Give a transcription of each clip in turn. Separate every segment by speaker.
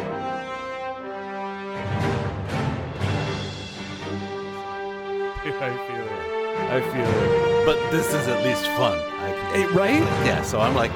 Speaker 1: I feel it. I feel it.
Speaker 2: But this is at least fun. I can, eh, right? Yeah, so I'm like,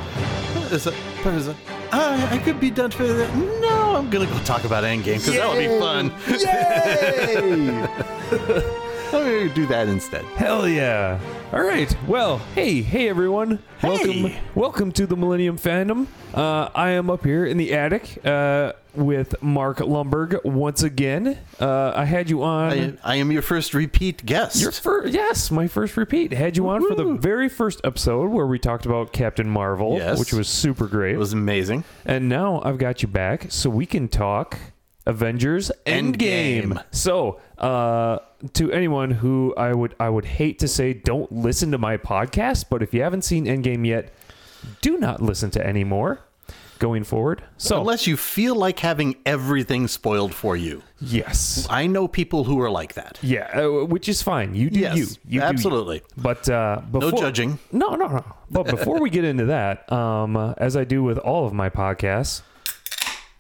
Speaker 2: there's a, there's a, I, I could be done for that. No, I'm going to go talk about Endgame because that would be fun.
Speaker 3: Yay!
Speaker 2: I'm going to do that instead.
Speaker 1: Hell yeah! All right. Well, hey, hey everyone. Welcome,
Speaker 2: Hey.
Speaker 1: welcome to the Millennium Fandom. Uh, I am up here in the attic uh, with Mark Lumberg once again. Uh, I had you on.
Speaker 2: I, I am your first repeat guest.
Speaker 1: Your first, yes, my first repeat. Had you on for the very first episode where we talked about Captain Marvel,
Speaker 2: Yes.
Speaker 1: which was super great.
Speaker 2: it was amazing.
Speaker 1: and now I've got you back, so we can talk Avengers Endgame.
Speaker 2: Endgame.
Speaker 1: So, uh, to anyone who I would I would hate to say don't listen to my podcast, but if you haven't seen Endgame yet, do not listen to any more going forward. So,
Speaker 2: Unless you feel like having everything spoiled for you.
Speaker 1: yes.
Speaker 2: I know people who are like that.
Speaker 1: Yeah, uh, which is fine. You do
Speaker 2: Yes,
Speaker 1: you. you. do you.
Speaker 2: absolutely.
Speaker 1: But uh, before,
Speaker 2: judging.
Speaker 1: No, no, no. But before we get into that, um, uh, as I do with all of my podcasts,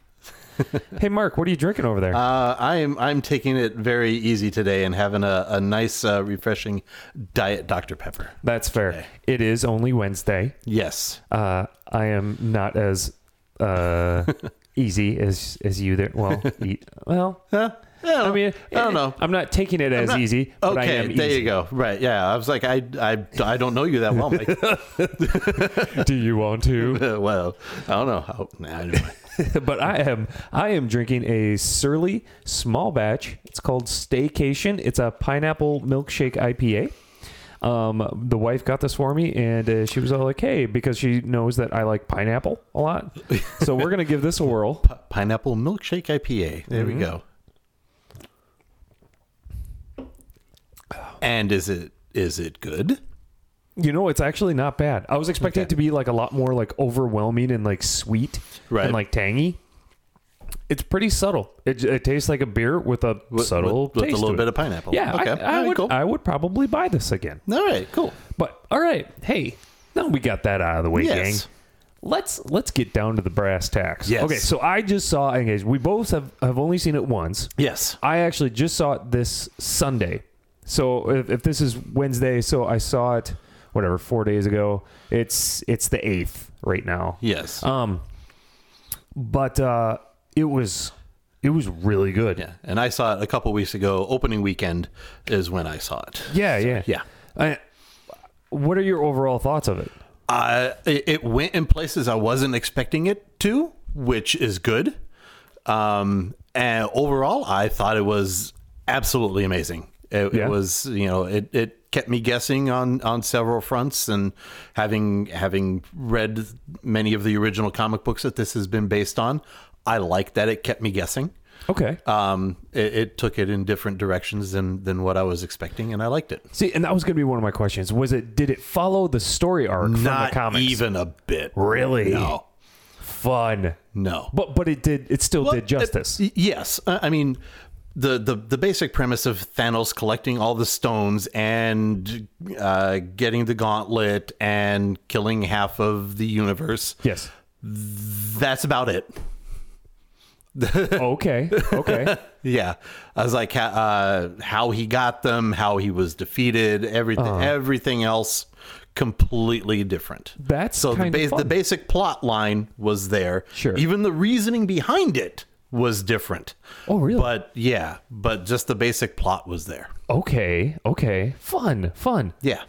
Speaker 1: hey Mark, what are you drinking over there?
Speaker 2: Uh, I'm I'm taking it very easy today and having a, a nice, uh, refreshing diet Dr Pepper.
Speaker 1: That's fair. It is only Wednesday.
Speaker 2: Yes,
Speaker 1: Uh, I am not as uh, easy as as you there. Well, e- well. I mean,
Speaker 2: I don't know.
Speaker 1: I'm not taking it as
Speaker 2: not-
Speaker 1: easy. But I
Speaker 2: Okay,
Speaker 1: am
Speaker 2: there
Speaker 1: easy.
Speaker 2: you go. Right, yeah. I was like, I, I, I don't know you that well. Mike.
Speaker 1: Do you want to?
Speaker 2: well, I don't know. How, nah, anyway.
Speaker 1: but I am I am drinking a Surly small batch. It's called Staycation. It's a pineapple milkshake IPA. Um, the wife got this for me, and uh, she was all like, "Hey," because she knows that I like pineapple a lot. So we're gonna give this a whirl.
Speaker 2: P- pineapple milkshake IPA. There we
Speaker 1: Mm-hmm.
Speaker 2: go. And is it is it good?
Speaker 1: You know, it's actually not bad. I was expecting it to be like a lot more like overwhelming and like sweet
Speaker 2: Right.
Speaker 1: and like tangy. It's pretty subtle. It, it tastes like a beer with a
Speaker 2: With-
Speaker 1: subtle
Speaker 2: with, with a
Speaker 1: taste to
Speaker 2: little
Speaker 1: it.
Speaker 2: bit of pineapple.
Speaker 1: Yeah, I-
Speaker 2: Okay.
Speaker 1: I,
Speaker 2: All right,
Speaker 1: would.
Speaker 2: cool.
Speaker 1: I would probably buy this again.
Speaker 2: All right. Cool.
Speaker 1: But all right, hey, now we got that out of the way,
Speaker 2: Yes.
Speaker 1: gang. Let's let's get down to the brass tacks.
Speaker 2: Yes.
Speaker 1: Okay, so I just saw Engage. We both have have only seen it once.
Speaker 2: Yes.
Speaker 1: I actually just saw it this Sunday. So if, if this is Wednesday, so I saw it whatever four days ago. It's it's the eighth right now.
Speaker 2: Yes.
Speaker 1: Um, but uh, it was it was really good.
Speaker 2: Yeah, and I saw it a couple weeks ago. Opening weekend is when I saw it.
Speaker 1: yeah, yeah.
Speaker 2: yeah.
Speaker 1: I, what are your overall thoughts of it?
Speaker 2: Uh, it, it went in places I wasn't expecting it to, which is good. Um, and overall, I thought it was absolutely amazing. It,
Speaker 1: Yeah.
Speaker 2: it was, you know, it, it kept me guessing on on several fronts, and having having read many of the original comic books that this has been based on, I like that it kept me guessing.
Speaker 1: Okay.
Speaker 2: Um, it, it took it in different directions than than what I was expecting, and I liked it.
Speaker 1: See, and that was going to be one of my questions. Was it did it follow the story arc from the
Speaker 2: not
Speaker 1: comics?
Speaker 2: even a bit.
Speaker 1: Really?
Speaker 2: No,
Speaker 1: Fun.
Speaker 2: no.
Speaker 1: But but it did it still did justice.
Speaker 2: Y- yes, I I mean the, the the basic premise of Thanos collecting all the stones and uh, getting the gauntlet and killing half of the universe.
Speaker 1: yes.
Speaker 2: That's about it.
Speaker 1: Okay. Okay.
Speaker 2: Yeah, I was like, ha- uh, how he got them, how he was defeated, everything,
Speaker 1: Uh-huh.
Speaker 2: everything else, completely different.
Speaker 1: That's
Speaker 2: so
Speaker 1: kind of
Speaker 2: the, ba- the
Speaker 1: fun.
Speaker 2: basic plot line was there.
Speaker 1: Sure.
Speaker 2: even the reasoning behind it was different.
Speaker 1: Oh, really?
Speaker 2: But yeah, but just the basic plot was there.
Speaker 1: okay. Okay. Fun. Fun.
Speaker 2: Yeah,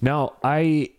Speaker 1: Now I.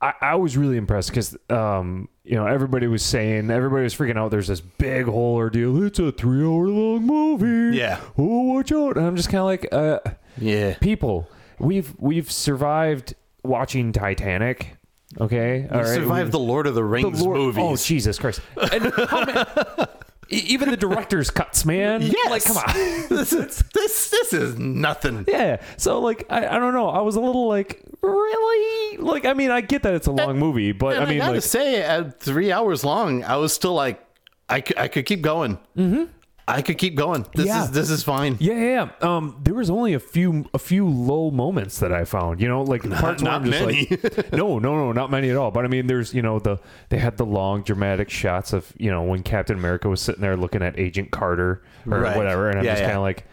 Speaker 1: I, I was really impressed because, um, you know, everybody was saying, everybody was freaking out. There's this big whole ordeal. It's a three hour long movie.
Speaker 2: Yeah.
Speaker 1: Oh, watch out. And I'm just kind of like, uh,
Speaker 2: yeah,
Speaker 1: people we've we've survived watching titanic okay all right
Speaker 2: survived the Lord of the Rings
Speaker 1: Lord-
Speaker 2: movies.
Speaker 1: oh jesus christ and how many, e- even the director's cuts man
Speaker 2: yes,
Speaker 1: oh, like come on
Speaker 2: this is this this is nothing.
Speaker 1: yeah so like I, I don't know i was a little like really like i mean i get that it's a long movie but
Speaker 2: And
Speaker 1: i mean
Speaker 2: gotta
Speaker 1: like
Speaker 2: say, at three hours long, I was still like, I, c- I could keep going. Mm-hmm. I could keep going. This
Speaker 1: Yeah.
Speaker 2: is this is fine.
Speaker 1: yeah, yeah, yeah. Um, there was only a few a few low moments that I found. You know, like parts where
Speaker 2: not
Speaker 1: I'm just like, no, no, no, not many at all. But I mean, there's you know the they had the long dramatic shots of you know when Captain America was sitting there looking at Agent Carter or
Speaker 2: Right.
Speaker 1: whatever, and I'm
Speaker 2: Yeah,
Speaker 1: just
Speaker 2: yeah.
Speaker 1: kind of like,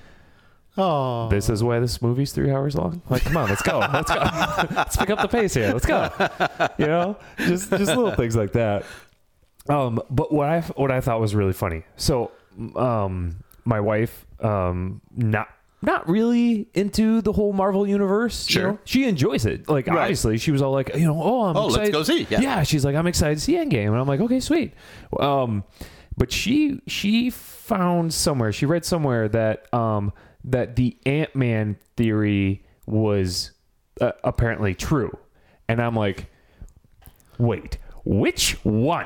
Speaker 2: Oh,
Speaker 1: This is why this movie's three hours long. Like, come on, let's go, let's go, let's pick up the pace here. Let's go. You know, just just little things like that. Um, but what I what I thought was really funny. So, um, my wife, um, not not really into the whole Marvel universe. you
Speaker 2: Sure.
Speaker 1: know? she enjoys it. Like,
Speaker 2: Right.
Speaker 1: obviously, she was all like, you know, oh, I'm
Speaker 2: Oh, let's
Speaker 1: excited-
Speaker 2: go see. Yeah.
Speaker 1: she's like, I'm excited to see Endgame, and I'm like, okay, sweet. Um, but she she found somewhere, she read somewhere that um that the Ant Man theory was uh, apparently true, and I'm like, wait, which one?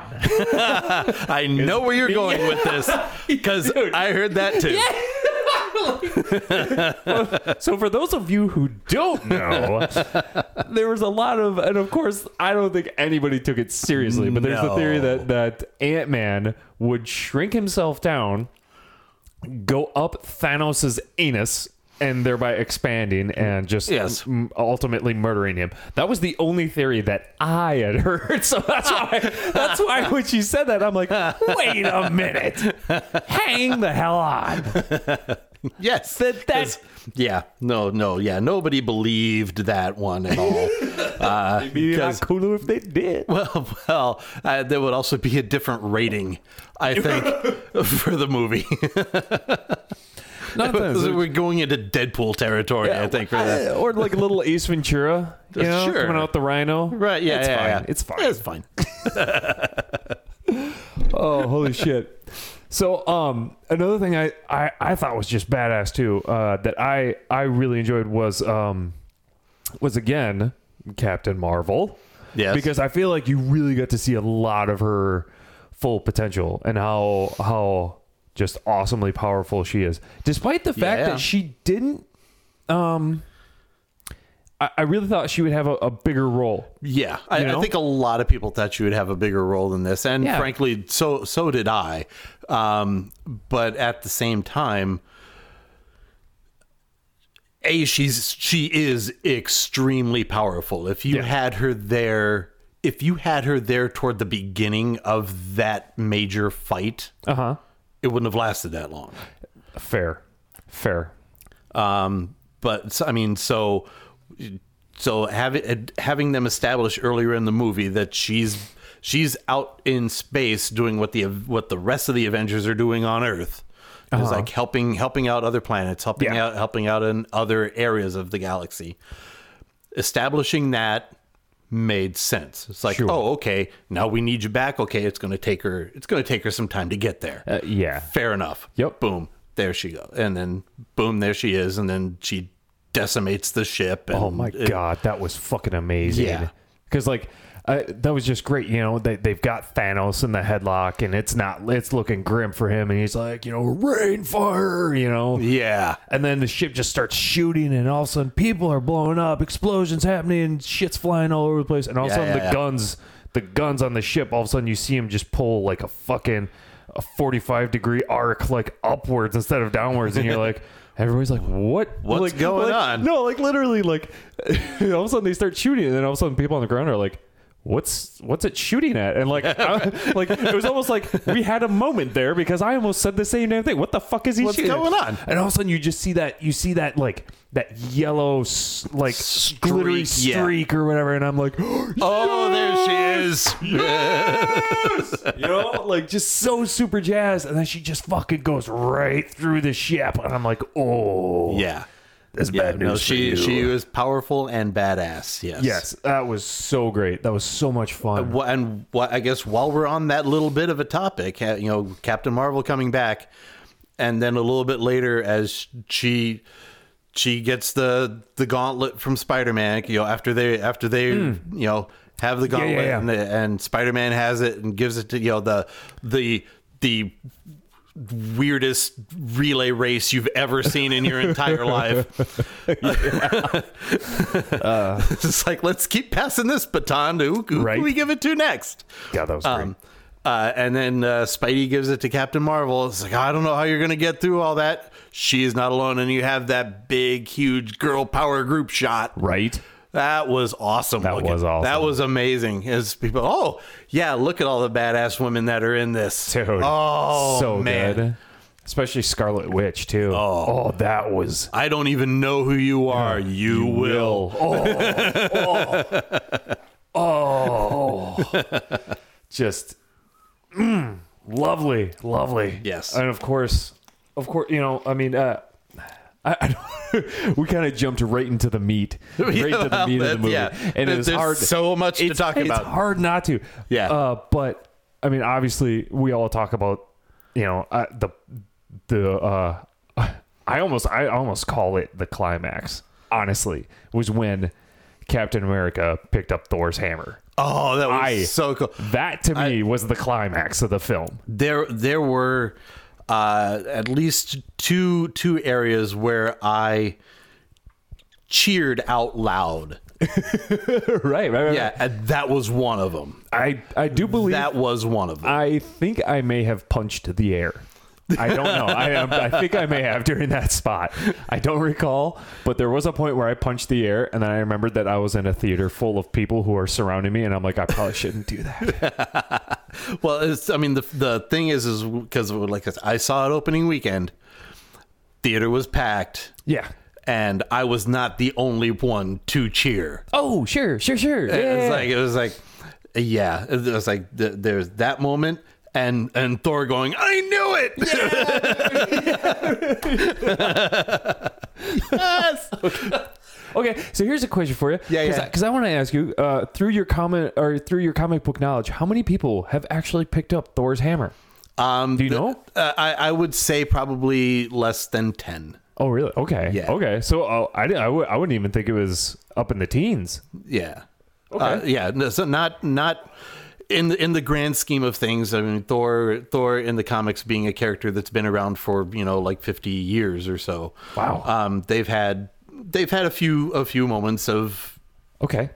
Speaker 2: I know where you're going with this because I heard that too.
Speaker 1: so for those of you who don't know, there was a lot of, and of course, I don't think anybody took it seriously. But there's the theory that that Ant Man would shrink himself down, go up Thanos' anus. And thereby expanding and just
Speaker 2: Yes.
Speaker 1: m- ultimately murdering him. That was the only theory that I had heard. So that's why that's why when she said that, I'm like, wait a minute, hang the hell on.
Speaker 2: Yes.
Speaker 1: That- that-
Speaker 2: 'Cause- yeah. No, no. Yeah. Nobody believed that one at all. Uh,
Speaker 1: Be a lot
Speaker 2: 'cause-
Speaker 1: cooler if they did.
Speaker 2: well, well uh, there would also be a different rating, I think, for the movie.
Speaker 1: Not that-
Speaker 2: We're going into Deadpool territory, I think, for that.
Speaker 1: Uh, or like a little Ace Ventura, you know,
Speaker 2: Sure.
Speaker 1: coming out the rhino.
Speaker 2: Right. Yeah.
Speaker 1: it's
Speaker 2: yeah,
Speaker 1: fine.
Speaker 2: yeah.
Speaker 1: It's fine.
Speaker 2: It's fine.
Speaker 1: Oh, holy shit! So, um, another thing I, I I thought was just badass too, uh, that I I really enjoyed was um, was again Captain Marvel.
Speaker 2: Yes.
Speaker 1: Because I feel like you really got to see a lot of her full potential and how how just awesomely powerful she is, despite the fact
Speaker 2: Yeah.
Speaker 1: that she didn't. Um, I, I really thought she would have a, a bigger role.
Speaker 2: Yeah, I,
Speaker 1: You know?
Speaker 2: I think a lot of people thought you would have a bigger role in this, and
Speaker 1: Yeah.
Speaker 2: frankly, so so did I. Um, but at the same time, a she's she is extremely powerful. If you
Speaker 1: Yeah.
Speaker 2: had her there, if you had her there toward the beginning of that major fight,
Speaker 1: Uh huh.
Speaker 2: it wouldn't have lasted that long.
Speaker 1: Fair, fair.
Speaker 2: Um, but so- I mean, so so having having them establish earlier in the movie that she's she's out in space doing what the what the rest of the Avengers are doing on Earth. It's like helping helping out other planets, helping
Speaker 1: Uh-huh. Yeah.
Speaker 2: out helping out in other areas of the galaxy. Establishing that made sense. It's like,
Speaker 1: Sure.
Speaker 2: oh, okay, now we need you back. Okay, it's going to take her. It's going to take her some time to get there
Speaker 1: Uh, yeah.
Speaker 2: fair enough.
Speaker 1: Yep.
Speaker 2: Boom. There she goes. And then boom, there she is. And then she decimates the ship. And
Speaker 1: Oh my
Speaker 2: it-
Speaker 1: god, that was fucking amazing.
Speaker 2: Yeah.
Speaker 1: Because like uh, that was just great. You know, they they've got Thanos in the headlock, and it's not it's looking grim for him, and he's like, you know, rain fire, you know.
Speaker 2: Yeah.
Speaker 1: And then the ship just starts shooting, and all of a sudden people are blowing up, explosions happening, and shit's flying all over the place, and all of a
Speaker 2: Yeah,
Speaker 1: sudden
Speaker 2: yeah,
Speaker 1: the
Speaker 2: yeah.
Speaker 1: guns, the guns on the ship, all of a sudden you see him just pull like a fucking a forty-five degree arc, like upwards instead of downwards, and you're like, everybody's like, what,
Speaker 2: What's
Speaker 1: like,
Speaker 2: going
Speaker 1: like-
Speaker 2: on?
Speaker 1: No, like literally, like all of a sudden they start shooting, and then all of a sudden people on the ground are like. What's what's it shooting at? And like, I- like it was almost like we had a moment there because I almost said the same damn thing. What the fuck is he
Speaker 2: What's
Speaker 1: shooting? at?
Speaker 2: going on?
Speaker 1: And all of a sudden, you just see that you see that like that yellow s- like
Speaker 2: Streak,
Speaker 1: glittery
Speaker 2: yeah.
Speaker 1: streak or whatever, and I'm like,
Speaker 2: Oh, there she is.
Speaker 1: you know, like just so super jazzed, and then she just fucking goes right through the ship, and I'm like, oh,
Speaker 2: Yeah.
Speaker 1: that's
Speaker 2: Yeah.
Speaker 1: bad news
Speaker 2: No,
Speaker 1: for
Speaker 2: she
Speaker 1: you.
Speaker 2: she was powerful and badass. Yes. Uh,
Speaker 1: yes, that was so great. That was so much fun.
Speaker 2: Wh- And wh- I guess while we're on that little bit of a topic, ha- you know, Captain Marvel coming back, and then a little bit later, as she she gets the the gauntlet from Spider Man, you know, after they after they you know have the gauntlet
Speaker 1: Hmm. yeah.
Speaker 2: and, the, and Spider Man has it and gives it to you know the the the weirdest relay race you've ever seen in your entire life. it's like let's keep passing this baton to who, who
Speaker 1: Right.
Speaker 2: can we give it to next?
Speaker 1: God, that was
Speaker 2: Um, uh, and then uh, Spidey gives it to Captain Marvel. It's like I don't know how you're gonna get through all that. She is not alone, and you have that big, huge girl power group shot.
Speaker 1: great, right?
Speaker 2: That was awesome.
Speaker 1: That
Speaker 2: looking.
Speaker 1: was awesome.
Speaker 2: That was amazing. As people, oh yeah, look at all the badass women that are in this.
Speaker 1: Dude,
Speaker 2: oh
Speaker 1: so
Speaker 2: man.
Speaker 1: good. especially Scarlet Witch too. Oh, that was
Speaker 2: I don't even know who you are. You, will.
Speaker 1: just mm, lovely, lovely.
Speaker 2: Yes.
Speaker 1: and of course, of course, you know, I mean, uh, I, I don't- we kind of jumped right into the meat, right into the
Speaker 2: well,
Speaker 1: meat of the
Speaker 2: that-
Speaker 1: movie,
Speaker 2: yeah.
Speaker 1: and
Speaker 2: There-
Speaker 1: it's
Speaker 2: there's
Speaker 1: hard.
Speaker 2: so much to
Speaker 1: it's-
Speaker 2: talk about.
Speaker 1: It's hard not to.
Speaker 2: Yeah.
Speaker 1: uh, but I mean, obviously, we all talk about you know uh, the the. uh I almost I almost call it the climax. Honestly, was when Captain America picked up Thor's hammer.
Speaker 2: Oh, that was
Speaker 1: I-
Speaker 2: so cool.
Speaker 1: That to me was the climax of the film.
Speaker 2: there there were uh, at least two two areas where I cheered out loud.
Speaker 1: right, right, right.
Speaker 2: Yeah, and that was one of them.
Speaker 1: I, I do believe
Speaker 2: That was one of them.
Speaker 1: I think I may have punched the air. I don't know. I, I think I may have during that spot. I don't recall, but there was a point where I punched the air, and then I remembered that I was in a theater full of people who are surrounding me, and I'm like, I probably shouldn't do that.
Speaker 2: Uh, Well, it's, I mean, the the thing is, is because like I said, I saw it opening weekend, theater was packed,
Speaker 1: yeah.
Speaker 2: and I was not the only one to cheer.
Speaker 1: Oh, sure, sure, sure.
Speaker 2: It
Speaker 1: Yeah.
Speaker 2: was like it was like, yeah, it was like th- there's that moment. And, and Thor going, I knew it.
Speaker 1: Okay, so here's a question for you.
Speaker 2: Yeah,
Speaker 1: Cause
Speaker 2: yeah.
Speaker 1: Because I, want to ask you uh, through your comment or through your comic book knowledge, how many people have actually picked up Thor's hammer?
Speaker 2: Um,
Speaker 1: Do you know?
Speaker 2: Uh, I, I would say probably less than 10.
Speaker 1: Oh, really? Okay.
Speaker 2: Yeah.
Speaker 1: Okay. So oh, I, di- I, w- I wouldn't even think it was up in the teens.
Speaker 2: Yeah.
Speaker 1: Okay.
Speaker 2: Uh, yeah. No, so not, not in the, in the grand scheme of things. I mean, Thor, Thor in the comics being a character that's been around for, you know, like 50 years or so.
Speaker 1: Wow.
Speaker 2: Um, they've had, they've had a few, a few moments of,
Speaker 1: Okay.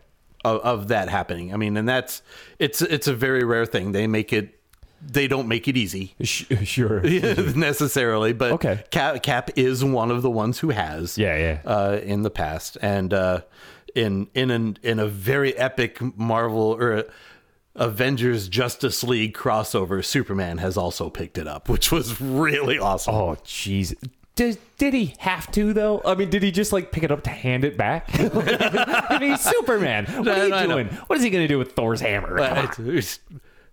Speaker 2: of, of that happening. I mean, and that's, it's, it's a very rare thing. They make it, they don't make it easy
Speaker 1: Sh- sure.
Speaker 2: necessarily, but
Speaker 1: Okay.
Speaker 2: Cap, Cap is one of the ones who has.
Speaker 1: Yeah, yeah.
Speaker 2: uh, in the past, and uh, in in an, in a very epic Marvel or Avengers Justice League crossover, Superman has also picked it up, which was really awesome.
Speaker 1: oh, jeez. Did, did he have to though? I mean, did he just like pick it up to hand it back? I mean, he's Superman. What
Speaker 2: No,
Speaker 1: are you
Speaker 2: no, I know.
Speaker 1: doing? What is he gonna do with Thor's hammer? Come on.
Speaker 2: But it's-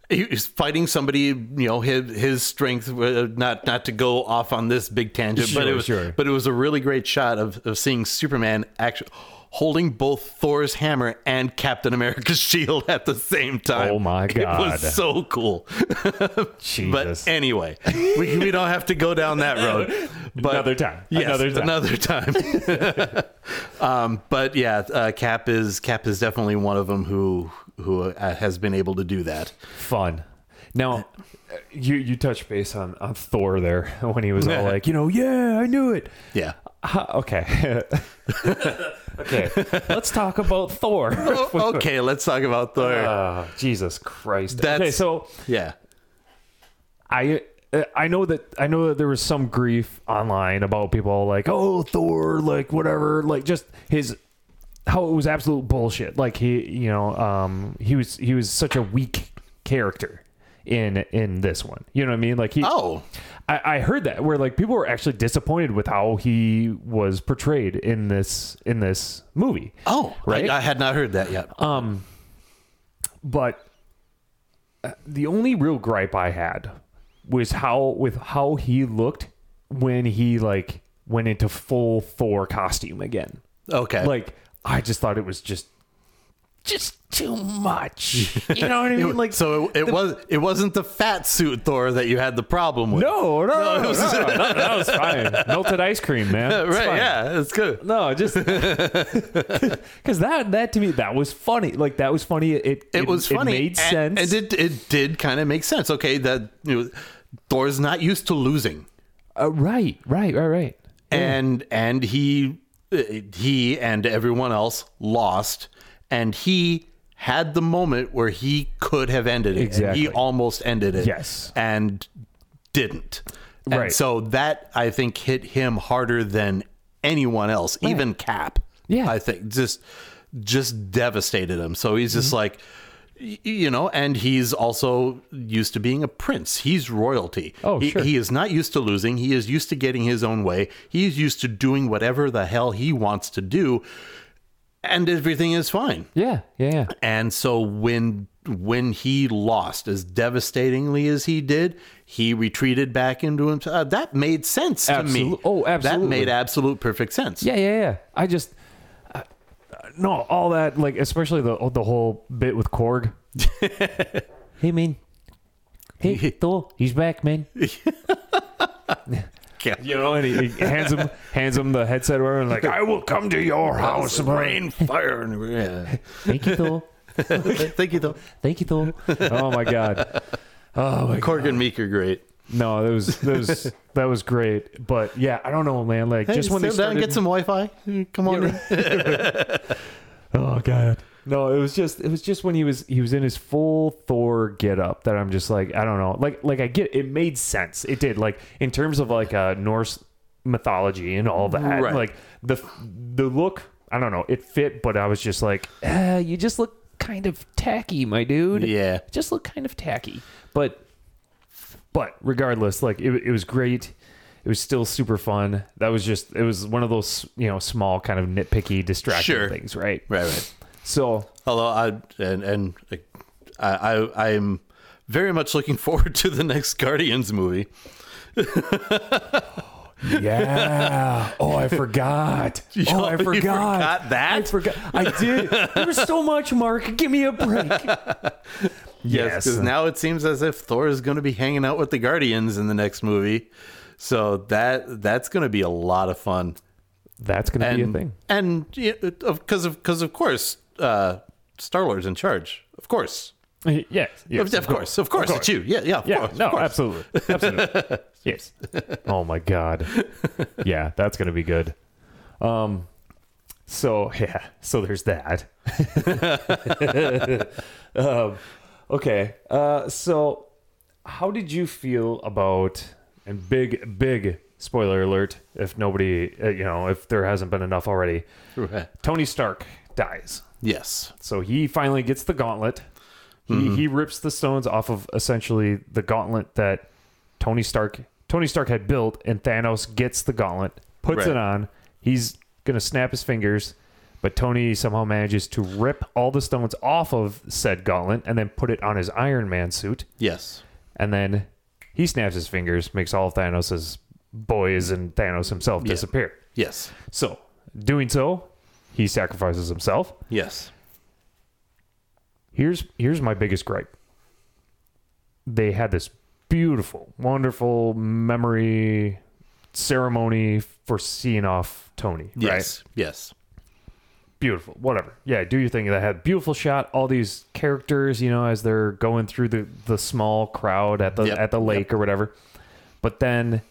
Speaker 2: he was fighting somebody, you know, his his strength. uh, Not not to go off on this big tangent, but it
Speaker 1: Sure,
Speaker 2: was
Speaker 1: sure.
Speaker 2: but it was a really great shot of of seeing Superman actually holding both Thor's hammer and Captain America's shield at the same time.
Speaker 1: Oh my
Speaker 2: It
Speaker 1: God.
Speaker 2: was so cool.
Speaker 1: Jesus.
Speaker 2: But anyway, we, we don't have to go down that road. But
Speaker 1: Another time.
Speaker 2: Yes,
Speaker 1: Another time.
Speaker 2: Another time. um, but yeah, uh, Cap is Cap is definitely one of them who who uh, has been able to do that.
Speaker 1: fun. Now, uh, you you touched base on on Thor there when he was all like, you know, yeah, I knew it.
Speaker 2: Yeah.
Speaker 1: How- okay. okay. Let's talk about Thor.
Speaker 2: Oh, okay, let's talk about Thor.
Speaker 1: Ah, Jesus Christ.
Speaker 2: That's-
Speaker 1: Okay, so
Speaker 2: yeah.
Speaker 1: I uh, I know that I know that there was some grief online about people like, oh Thor, like whatever, like just his how it was absolute bullshit. Like he, you know, um, he was he was such a weak character in in this one. You know what I mean? Like he,
Speaker 2: Oh,
Speaker 1: I, I heard that where like people were actually disappointed with how he was portrayed in this in this movie.
Speaker 2: oh,
Speaker 1: Right? Uh,
Speaker 2: I, I had not heard that yet.
Speaker 1: but uh, the only real gripe I had was how with how he looked when he like went into full Thor costume again.
Speaker 2: okay,
Speaker 1: Like I just thought it was just just too much. You know what I mean? Like
Speaker 2: so it, it was it wasn't the fat suit Thor that you had the problem with.
Speaker 1: no, no, no, no, no, no, that was fine. Melted ice cream, man. It's
Speaker 2: right?
Speaker 1: fine.
Speaker 2: Yeah, it's good.
Speaker 1: No, just because that that to me that was funny. Like that was funny. It it,
Speaker 2: it was funny.
Speaker 1: It made
Speaker 2: and,
Speaker 1: sense.
Speaker 2: and it it did kind of make sense. Okay, that you know, Thor's not used to losing,
Speaker 1: Uh, right, right, right, right.
Speaker 2: and and he uh, he and everyone else lost, and he had the moment where he could have ended it. And
Speaker 1: Exactly.
Speaker 2: he almost ended it.
Speaker 1: Yes.
Speaker 2: and didn't. And
Speaker 1: Right.
Speaker 2: So that I think hit him harder than anyone else, even Cap.
Speaker 1: Yeah. Mm-hmm.
Speaker 2: I think just just devastated him. So he's just like y- you know, and he's also used to being a prince. He's royalty.
Speaker 1: Oh,
Speaker 2: he,
Speaker 1: sure.
Speaker 2: he is not used to losing. He is used to getting his own way. He is used to doing whatever the hell he wants to do, and everything is fine.
Speaker 1: Yeah, yeah, yeah.
Speaker 2: And so when when he lost as devastatingly as he did, he retreated back into himself. Uh, that made sense to me.
Speaker 1: Absolute- oh, absolutely.
Speaker 2: That made absolute perfect sense.
Speaker 1: Yeah, yeah, yeah. I just uh, no all that like especially the the whole bit with Korg. hey man. Hey Thor, he's back, man.
Speaker 2: Yeah.
Speaker 1: You know, and he, he hands him hands him the headset or whatever, and like I will come to your house.
Speaker 2: Awesome. Rain, fire, and yeah.
Speaker 1: Thank you, Thor.
Speaker 2: Thank you, though.
Speaker 1: Thank you, Thor. Oh my god. Oh my
Speaker 2: Cork and Meek are great.
Speaker 1: no, that was that was that was great. But yeah, I don't know, man. Like just when they
Speaker 2: sit down
Speaker 1: started,
Speaker 2: and get some Wi-Fi. Come on, in.
Speaker 1: Oh god. No, it was just it was just when he was he was in his full Thor getup that I'm just like I don't know like like I get it made sense it did like in terms of like uh, Norse mythology and all that
Speaker 2: Right.
Speaker 1: like the the look I don't know it fit but I was just like uh, you just look kind of tacky my dude
Speaker 2: Yeah.
Speaker 1: just look kind of tacky but but regardless like it, it was great it was still super fun that was just it was one of those you know small kind of nitpicky distracting
Speaker 2: Sure.
Speaker 1: things right
Speaker 2: right, right.
Speaker 1: so
Speaker 2: Although I and and like, I, I I'm very much looking forward to the next Guardians movie.
Speaker 1: yeah. Oh, I forgot. Oh, I
Speaker 2: You
Speaker 1: forgot.
Speaker 2: forgot that?
Speaker 1: I forgot. I did. There was so much, Mark. Give me a break. Yes.
Speaker 2: because now it seems as if Thor is going to be hanging out with the Guardians in the next movie. So that that's going to be a lot of fun.
Speaker 1: That's gonna be a
Speaker 2: And
Speaker 1: thing.
Speaker 2: and because of because of course uh, Star Lord's in charge. Of course,
Speaker 1: Yes.
Speaker 2: of, of course, of course, it's you. Yeah, yeah, of
Speaker 1: Yeah.
Speaker 2: course, of
Speaker 1: no.
Speaker 2: course.
Speaker 1: Absolutely. Absolutely. yes. Oh my God. Yeah, that's gonna be good. Um. So yeah. So there's that. um, okay. Uh, so, how did you feel about and big big spoiler alert? If nobody, uh, you know, if there hasn't been enough already,
Speaker 2: Right.
Speaker 1: Tony Stark dies.
Speaker 2: Yes.
Speaker 1: So he finally gets the gauntlet. He, he rips the stones off of essentially the gauntlet that Tony Stark Tony Stark had built, and Thanos gets the gauntlet, puts
Speaker 2: Right.
Speaker 1: it on. He's gonna snap his fingers, but Tony somehow manages to rip all the stones off of said gauntlet and then put it on his Iron Man suit.
Speaker 2: Yes.
Speaker 1: And then he snaps his fingers, makes all of Thanos's boys and Thanos himself disappear.
Speaker 2: Yes.
Speaker 1: So doing so, he sacrifices himself.
Speaker 2: Yes.
Speaker 1: Here's here's my biggest gripe. They had this beautiful, wonderful memory ceremony for seeing off Tony. Right?
Speaker 2: Yes. Yes.
Speaker 1: Beautiful. Whatever. Yeah, do your thing. They had beautiful shot, all these characters, you know, as they're going through the, the small crowd at the
Speaker 2: Yep,
Speaker 1: at the
Speaker 2: yep.
Speaker 1: lake or whatever. But then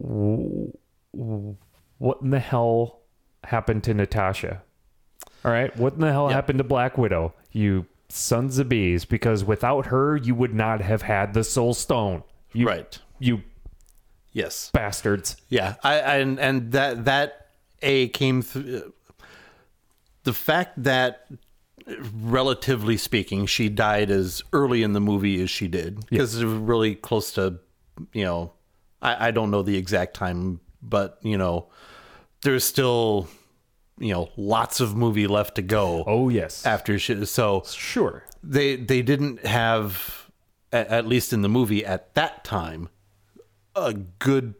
Speaker 1: w- w- what in the hell happened to Natasha? All right. What in the hell happened to Black Widow? You sons of bees, because without her, you would not have had the Soul Stone. You,
Speaker 2: Right.
Speaker 1: You
Speaker 2: Yes.
Speaker 1: bastards.
Speaker 2: Yeah. I and and that that a came through the fact that relatively speaking she died as early in the movie as she did because it was really close to you know I, I don't know the exact time but you know there's still you know lots of movie left to go
Speaker 1: Oh, yes.
Speaker 2: after she so
Speaker 1: Sure.
Speaker 2: they they didn't have a- at least in the movie at that time a good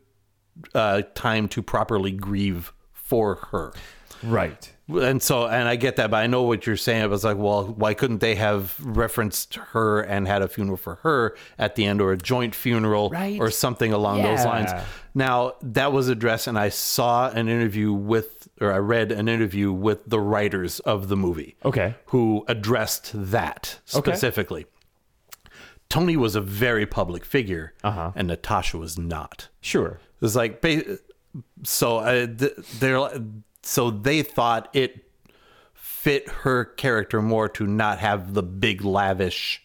Speaker 2: uh, time to properly grieve for her
Speaker 1: Right.
Speaker 2: and so and i get that but i know what you're saying i was like well why couldn't they have referenced her and had a funeral for her at the end or a joint funeral
Speaker 1: Right.
Speaker 2: or something along those lines
Speaker 1: Yeah.
Speaker 2: now that was addressed and i saw an interview with or i read an interview with the writers of the movie
Speaker 1: Okay.
Speaker 2: who addressed that
Speaker 1: Okay.
Speaker 2: specifically. Tony was a very public figure,
Speaker 1: Uh-huh.
Speaker 2: and Natasha was not.
Speaker 1: Sure.
Speaker 2: It was like ba- so uh, th- they're so they thought it fit her character more to not have the big lavish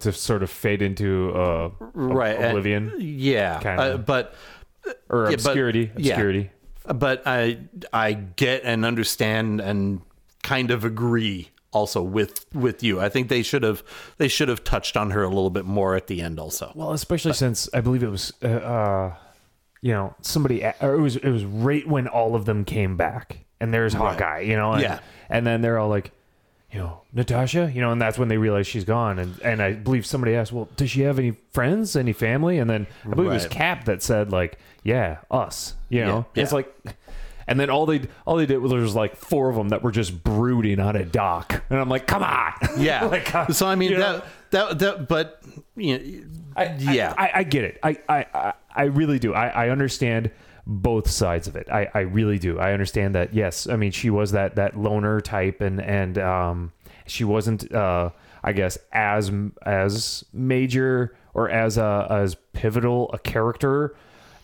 Speaker 1: to sort of fade into uh, ob-
Speaker 2: right uh,
Speaker 1: oblivion
Speaker 2: yeah,
Speaker 1: Kinda.
Speaker 2: uh, but
Speaker 1: or
Speaker 2: yeah, but-
Speaker 1: obscurity.
Speaker 2: yeah.
Speaker 1: obscurity.
Speaker 2: but I I get and understand and kind of agree also with with you. I think they should have they should have touched on her a little bit more at the end also.
Speaker 1: Well, especially since I believe it was, uh, uh, you know, somebody a- or it was it was right when all of them came back, and there's Hawkeye, you know, and,
Speaker 2: Yeah.
Speaker 1: and then they're all like, you know, Natasha, you know, and that's when they realize she's gone, and and I believe somebody asked, well, does she have any friends, any family, and then I believe it was
Speaker 2: Right.
Speaker 1: Cap that said like, yeah, us, you know,
Speaker 2: Yeah,
Speaker 1: it's
Speaker 2: yeah.
Speaker 1: like. And then all they all they did was there was like four of them that were just brooding on a dock, and I'm like, come on,
Speaker 2: Yeah.
Speaker 1: Like, uh,
Speaker 2: so I mean
Speaker 1: you know?
Speaker 2: that, that that but you know,
Speaker 1: I,
Speaker 2: yeah.
Speaker 1: I, I, I get it. I, I, I, I really do. I, I understand both sides of it. I, I really do. I understand that. Yes, I mean she was that that loner type, and and um, she wasn't uh, I guess as as major or as a as pivotal a character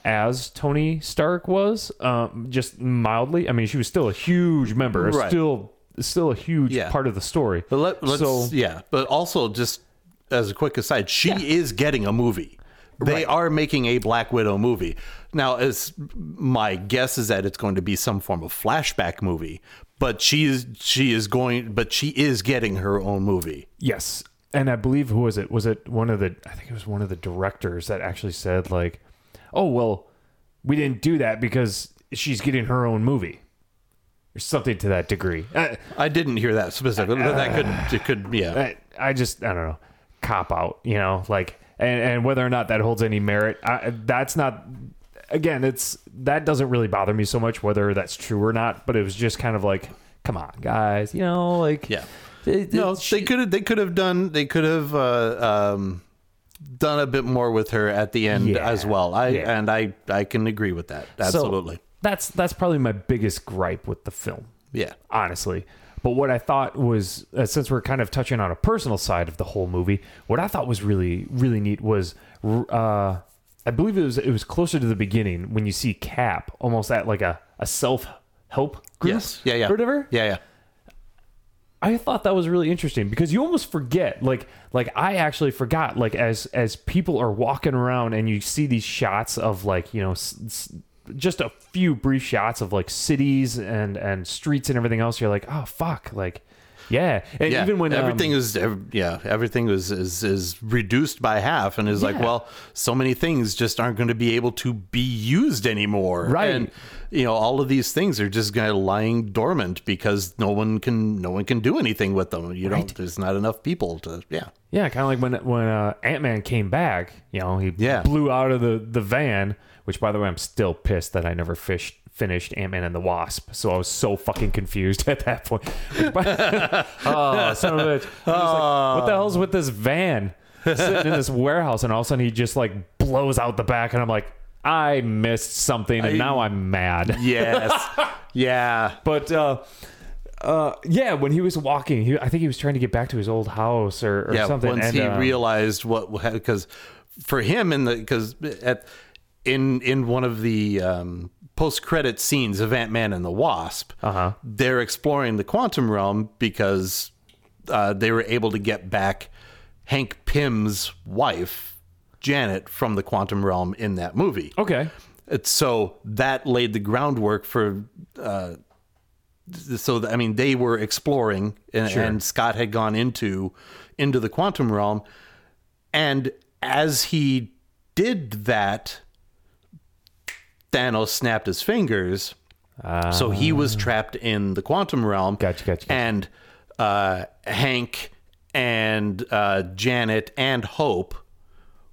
Speaker 1: as Tony Stark was. Um, just mildly. I mean, she was still a huge member.
Speaker 2: Right.
Speaker 1: Still. Still a huge
Speaker 2: Yeah.
Speaker 1: part of the story.
Speaker 2: But let, let's
Speaker 1: So-
Speaker 2: yeah. But also just as a quick aside, she is getting a movie. They are making a Black Widow movie now. As my guess is that it's going to be some form of flashback movie, but she is she is going, but she is getting her own movie.
Speaker 1: Yes. And I believe who was it? Was it one of the I think it was one of the directors that actually said like, "Oh, well, we didn't do that because she's getting her own movie." Or something to that degree. I,
Speaker 2: I didn't hear that specifically, but that could it could yeah.
Speaker 1: I, I just I don't know. Cop out, you know, like and and whether or not that holds any merit, I, that's not again, it's that doesn't really bother me so much whether that's true or not, but it was just kind of like, come on, guys, you know, like
Speaker 2: Yeah.
Speaker 1: it-
Speaker 2: No,
Speaker 1: it-
Speaker 2: they could have. They could have done. They could have uh, um, done a bit more with her at the end
Speaker 1: Yeah.
Speaker 2: as well. I
Speaker 1: Yeah.
Speaker 2: and I I can agree with that
Speaker 1: So,
Speaker 2: absolutely.
Speaker 1: that's that's probably my biggest gripe with the film,
Speaker 2: yeah.
Speaker 1: honestly. But what I thought was, uh, since we're kind of touching on a personal side of the whole movie, what I thought was really really neat was, uh, I believe it was it was closer to the beginning when you see Cap almost at like a, a self help group,
Speaker 2: Yes. Yeah. Yeah.
Speaker 1: or whatever.
Speaker 2: Yeah. Yeah.
Speaker 1: I thought that was really interesting because you almost forget like like I actually forgot like as as people are walking around and you see these shots of like you know s- s- just a few brief shots of like cities and and streets and everything else you're like oh fuck like yeah and
Speaker 2: yeah.
Speaker 1: even when um,
Speaker 2: everything is ev- yeah everything is is is reduced by half and is like
Speaker 1: Yeah.
Speaker 2: well so many things just aren't going to be able to be used anymore
Speaker 1: Right.
Speaker 2: and you know all of these things are just going to lying dormant because no one can no one can do anything with them you don't there's not enough people to yeah
Speaker 1: Yeah, kind of like when when uh, Ant Man came back, you know, he
Speaker 2: Yeah.
Speaker 1: blew out of the, the van. Which, by the way, I'm still pissed that I never fish, finished Ant Man and the Wasp. So I was so fucking confused at that point. Which, by- oh, son of a bitch! I was like, what the hell's with this van sitting in this warehouse? And all of a sudden, he just like blows out the back, and I'm like, I missed something, and now I'm mad.
Speaker 2: yes yeah
Speaker 1: But uh, uh, yeah, when he was walking, he, I think he was trying to get back to his old house or, or
Speaker 2: yeah
Speaker 1: something.
Speaker 2: once
Speaker 1: and,
Speaker 2: he
Speaker 1: um,
Speaker 2: realized what because for him in the because at in in one of the um post-credit scenes of ant-man and the wasp
Speaker 1: Uh-huh.
Speaker 2: they're exploring the quantum realm because uh, they were able to get back hank pym's wife janet from the quantum realm in that movie
Speaker 1: okay.
Speaker 2: it's, so that laid the groundwork for. Uh, th- so th- I mean, they were exploring, and, and Scott had gone into into the quantum realm, and as he did that, Thanos snapped his fingers, so he was trapped in the quantum realm.
Speaker 1: Ah. Gotcha, gotcha, gotcha.
Speaker 2: And uh, Hank and uh, Janet and Hope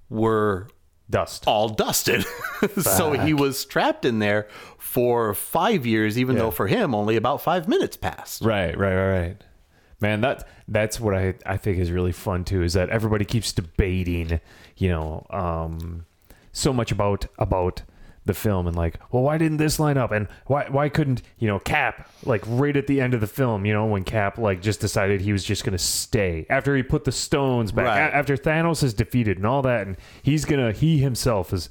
Speaker 2: were
Speaker 1: Dust.
Speaker 2: all dusted. so he was trapped in there for five years, even though for him only about five minutes passed.
Speaker 1: Right, right, right, right. Man, that that's what I I think is really fun too is that everybody keeps debating, you know, um, so much about about the film and like, well, why didn't this line up and why why couldn't you know Cap like right at the end of the film, you know, when Cap like just decided he was just gonna stay after he put the stones back
Speaker 2: Right.
Speaker 1: a- after Thanos is defeated and all that, and he's gonna he himself is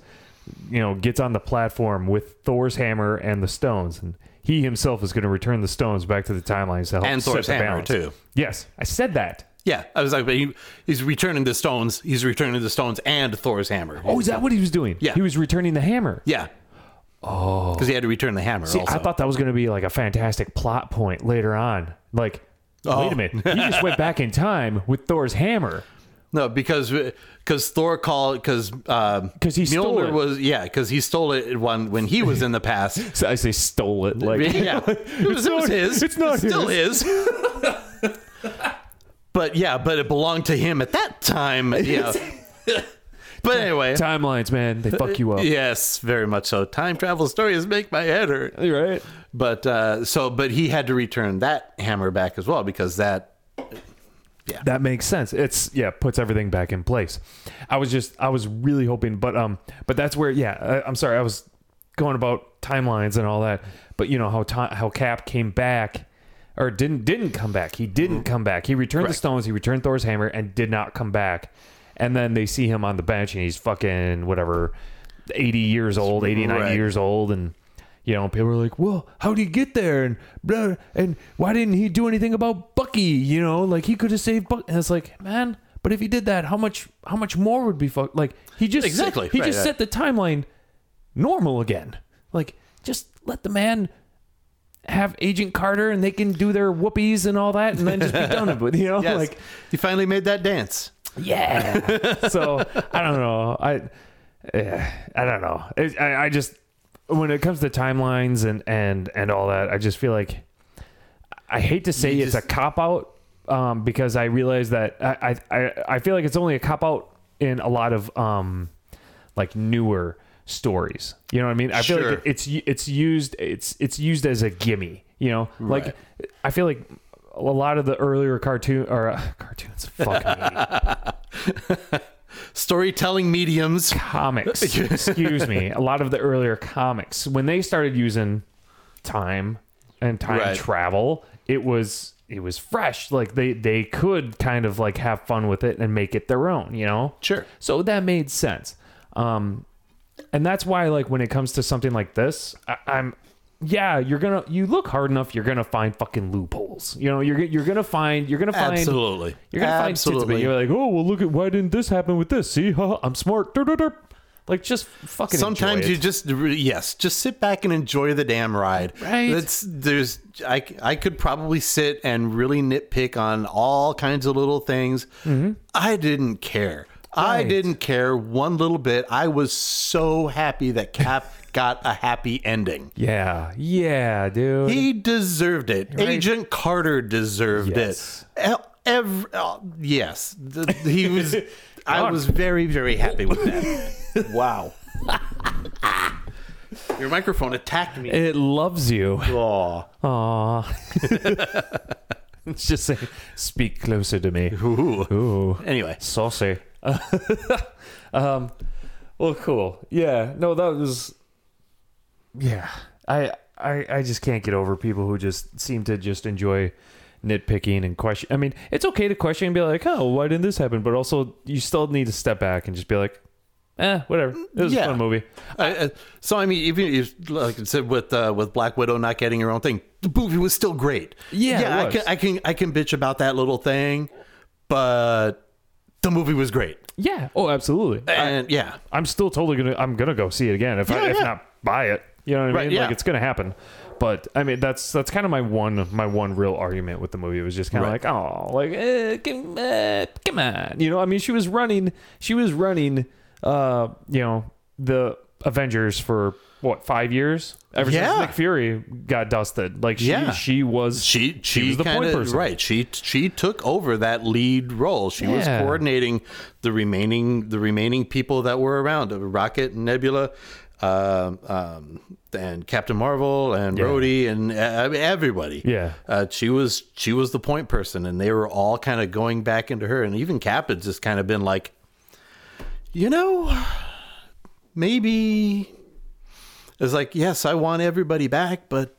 Speaker 1: you know, gets on the platform with Thor's hammer and the stones, and he himself is going to return the stones back to the timeline to help
Speaker 2: And
Speaker 1: set
Speaker 2: Thor's
Speaker 1: the
Speaker 2: hammer,
Speaker 1: balance.
Speaker 2: too.
Speaker 1: Yes, I said that.
Speaker 2: Yeah, I was like, but he, he's returning the stones. He's returning the stones and Thor's hammer.
Speaker 1: Oh, is that what he was doing?
Speaker 2: Yeah.
Speaker 1: he was returning the hammer.
Speaker 2: yeah. Oh, because he had to return the hammer.
Speaker 1: See,
Speaker 2: also.
Speaker 1: I thought that was going to be like a fantastic plot point later on. Like,
Speaker 2: Oh.
Speaker 1: Wait a minute. You just went back in time with Thor's hammer.
Speaker 2: No, because because Thor called because um,
Speaker 1: 'Cause he stole
Speaker 2: Mjolnir
Speaker 1: it.
Speaker 2: was yeah because he stole it when when he was in the past.
Speaker 1: So I say stole it. Like
Speaker 2: yeah, it was, it was
Speaker 1: not-
Speaker 2: his.
Speaker 1: it's not
Speaker 2: It still his. but yeah, but it belonged to him at that time. Yeah. but anyway,
Speaker 1: timelines, man. They fuck you up.
Speaker 2: yes, very much so. Time travel stories make my head hurt.
Speaker 1: You're right.
Speaker 2: But uh, so, but he had to return that hammer back as well because that
Speaker 1: That makes sense. It's yeah, puts everything back in place. I was just I was really hoping, but um, but that's where yeah. I, I'm sorry, I was going about timelines and all that, but you know how ti how Cap came back or didn't didn't come back. He didn't come back. He returned the stones. He returned Thor's hammer and did not come back. And then they see him on the bench and he's fucking whatever, 80 years old, 89
Speaker 2: Right.
Speaker 1: years old, and you know people are like, well, how would he get there? And blah, and why didn't he do anything about Bucky? You know, like he could have saved Bucky. And it's like, man, but if he did that, how much how much more would be fucked? Like he just
Speaker 2: Exactly.
Speaker 1: he
Speaker 2: Right,
Speaker 1: just
Speaker 2: right.
Speaker 1: set the timeline normal again. Like, just let the man have Agent Carter and they can do their whoopies and all that and then just be done with, you know?
Speaker 2: yes,
Speaker 1: Like,
Speaker 2: he finally made that dance.
Speaker 1: yeah. so, I don't know. I, eh, I don't know. It, I, I just, when it comes to timelines and, and, and all that, I just feel like I hate to say
Speaker 2: You
Speaker 1: it's
Speaker 2: just-
Speaker 1: a cop out um, because I realize that I, I, I, I feel like it's only a cop out in a lot of um, like newer stories. You know what I mean? I feel
Speaker 2: Sure.
Speaker 1: like it- it's it's used it's it's used as a gimme. You know, like I feel like a lot of the earlier cartoon or uh, cartoons, fuck me,
Speaker 2: Storytelling mediums.
Speaker 1: comics. excuse me, a lot of the earlier comics when they started using time and time
Speaker 2: Right.
Speaker 1: travel, it was it was fresh. Like they they could kind of like have fun with it and make it their own. You know,
Speaker 2: Sure.
Speaker 1: so that made sense. Um, and that's why, like, when it comes to something like this, I, I'm, yeah, you're gonna, you look hard enough, you're gonna find fucking loopholes. You know, you're you're gonna find, you're gonna find,
Speaker 2: Absolutely.
Speaker 1: you're gonna find, tits, but
Speaker 2: Absolutely.
Speaker 1: you're like, oh well, look at why didn't this happen with this? See, huh? I'm smart. Derp, derp, derp. Like, just fucking. enjoy
Speaker 2: Sometimes
Speaker 1: it.
Speaker 2: you just re- yes, just sit back and enjoy the damn ride.
Speaker 1: Right.
Speaker 2: That's there's I I could probably sit and really nitpick on all kinds of little things. I didn't care. I
Speaker 1: Mm-hmm. Right.
Speaker 2: didn't care one little bit. I was so happy that Cap got a happy ending.
Speaker 1: Yeah, yeah, dude.
Speaker 2: He deserved it. Agent Carter deserved
Speaker 1: Yes.
Speaker 2: it. El- ev- uh, yes, The- he was. I was very, very happy with that. wow. Your microphone attacked me.
Speaker 1: it loves you.
Speaker 2: Aw.
Speaker 1: Aw. it's just saying, speak closer to me.
Speaker 2: Ooh.
Speaker 1: Ooh.
Speaker 2: Anyway,
Speaker 1: saucy. um, well, cool. Yeah. No, that was. Yeah, I, I, I just can't get over people who just seem to just enjoy nitpicking and question. I mean, it's okay to question and be like, "Oh, why didn't this happen?" But also, you still need to step back and just be like, "Eh, whatever. It was
Speaker 2: Yeah.
Speaker 1: a fun movie."
Speaker 2: I, I, so I mean, even if, like I said, with uh, with Black Widow not getting her own thing, the movie was still great.
Speaker 1: Yeah, it
Speaker 2: yeah. I
Speaker 1: was.
Speaker 2: can, I can, I can bitch about that little thing, but the movie was great.
Speaker 1: Yeah. Oh, absolutely.
Speaker 2: And yeah,
Speaker 1: I'm still totally gonna I'm gonna go see it again if I
Speaker 2: Yeah,
Speaker 1: if
Speaker 2: yeah.
Speaker 1: not buy it. You know what I
Speaker 2: Right,
Speaker 1: mean?
Speaker 2: yeah.
Speaker 1: Like it's gonna happen. But I mean that's that's kind of my one my one real argument with the movie. It was just kind of
Speaker 2: Right.
Speaker 1: like oh like eh, come, eh, come on you know I mean she was running she was running uh you know the Avengers for what five years ever
Speaker 2: Yeah.
Speaker 1: since Nick Fury got dusted like she
Speaker 2: Yeah.
Speaker 1: she was
Speaker 2: she she,
Speaker 1: was the point
Speaker 2: kinda-
Speaker 1: person.
Speaker 2: right she she took over that lead role she was
Speaker 1: Yeah.
Speaker 2: coordinating the remaining the remaining people that were around uh, rocket and nebula um, um, and captain marvel and rhodey and uh, I mean, everybody
Speaker 1: Yeah.
Speaker 2: uh, she was she was the point person and they were all kind of going back into her and even cap had just kind of been like you know maybe it's like yes i want everybody back but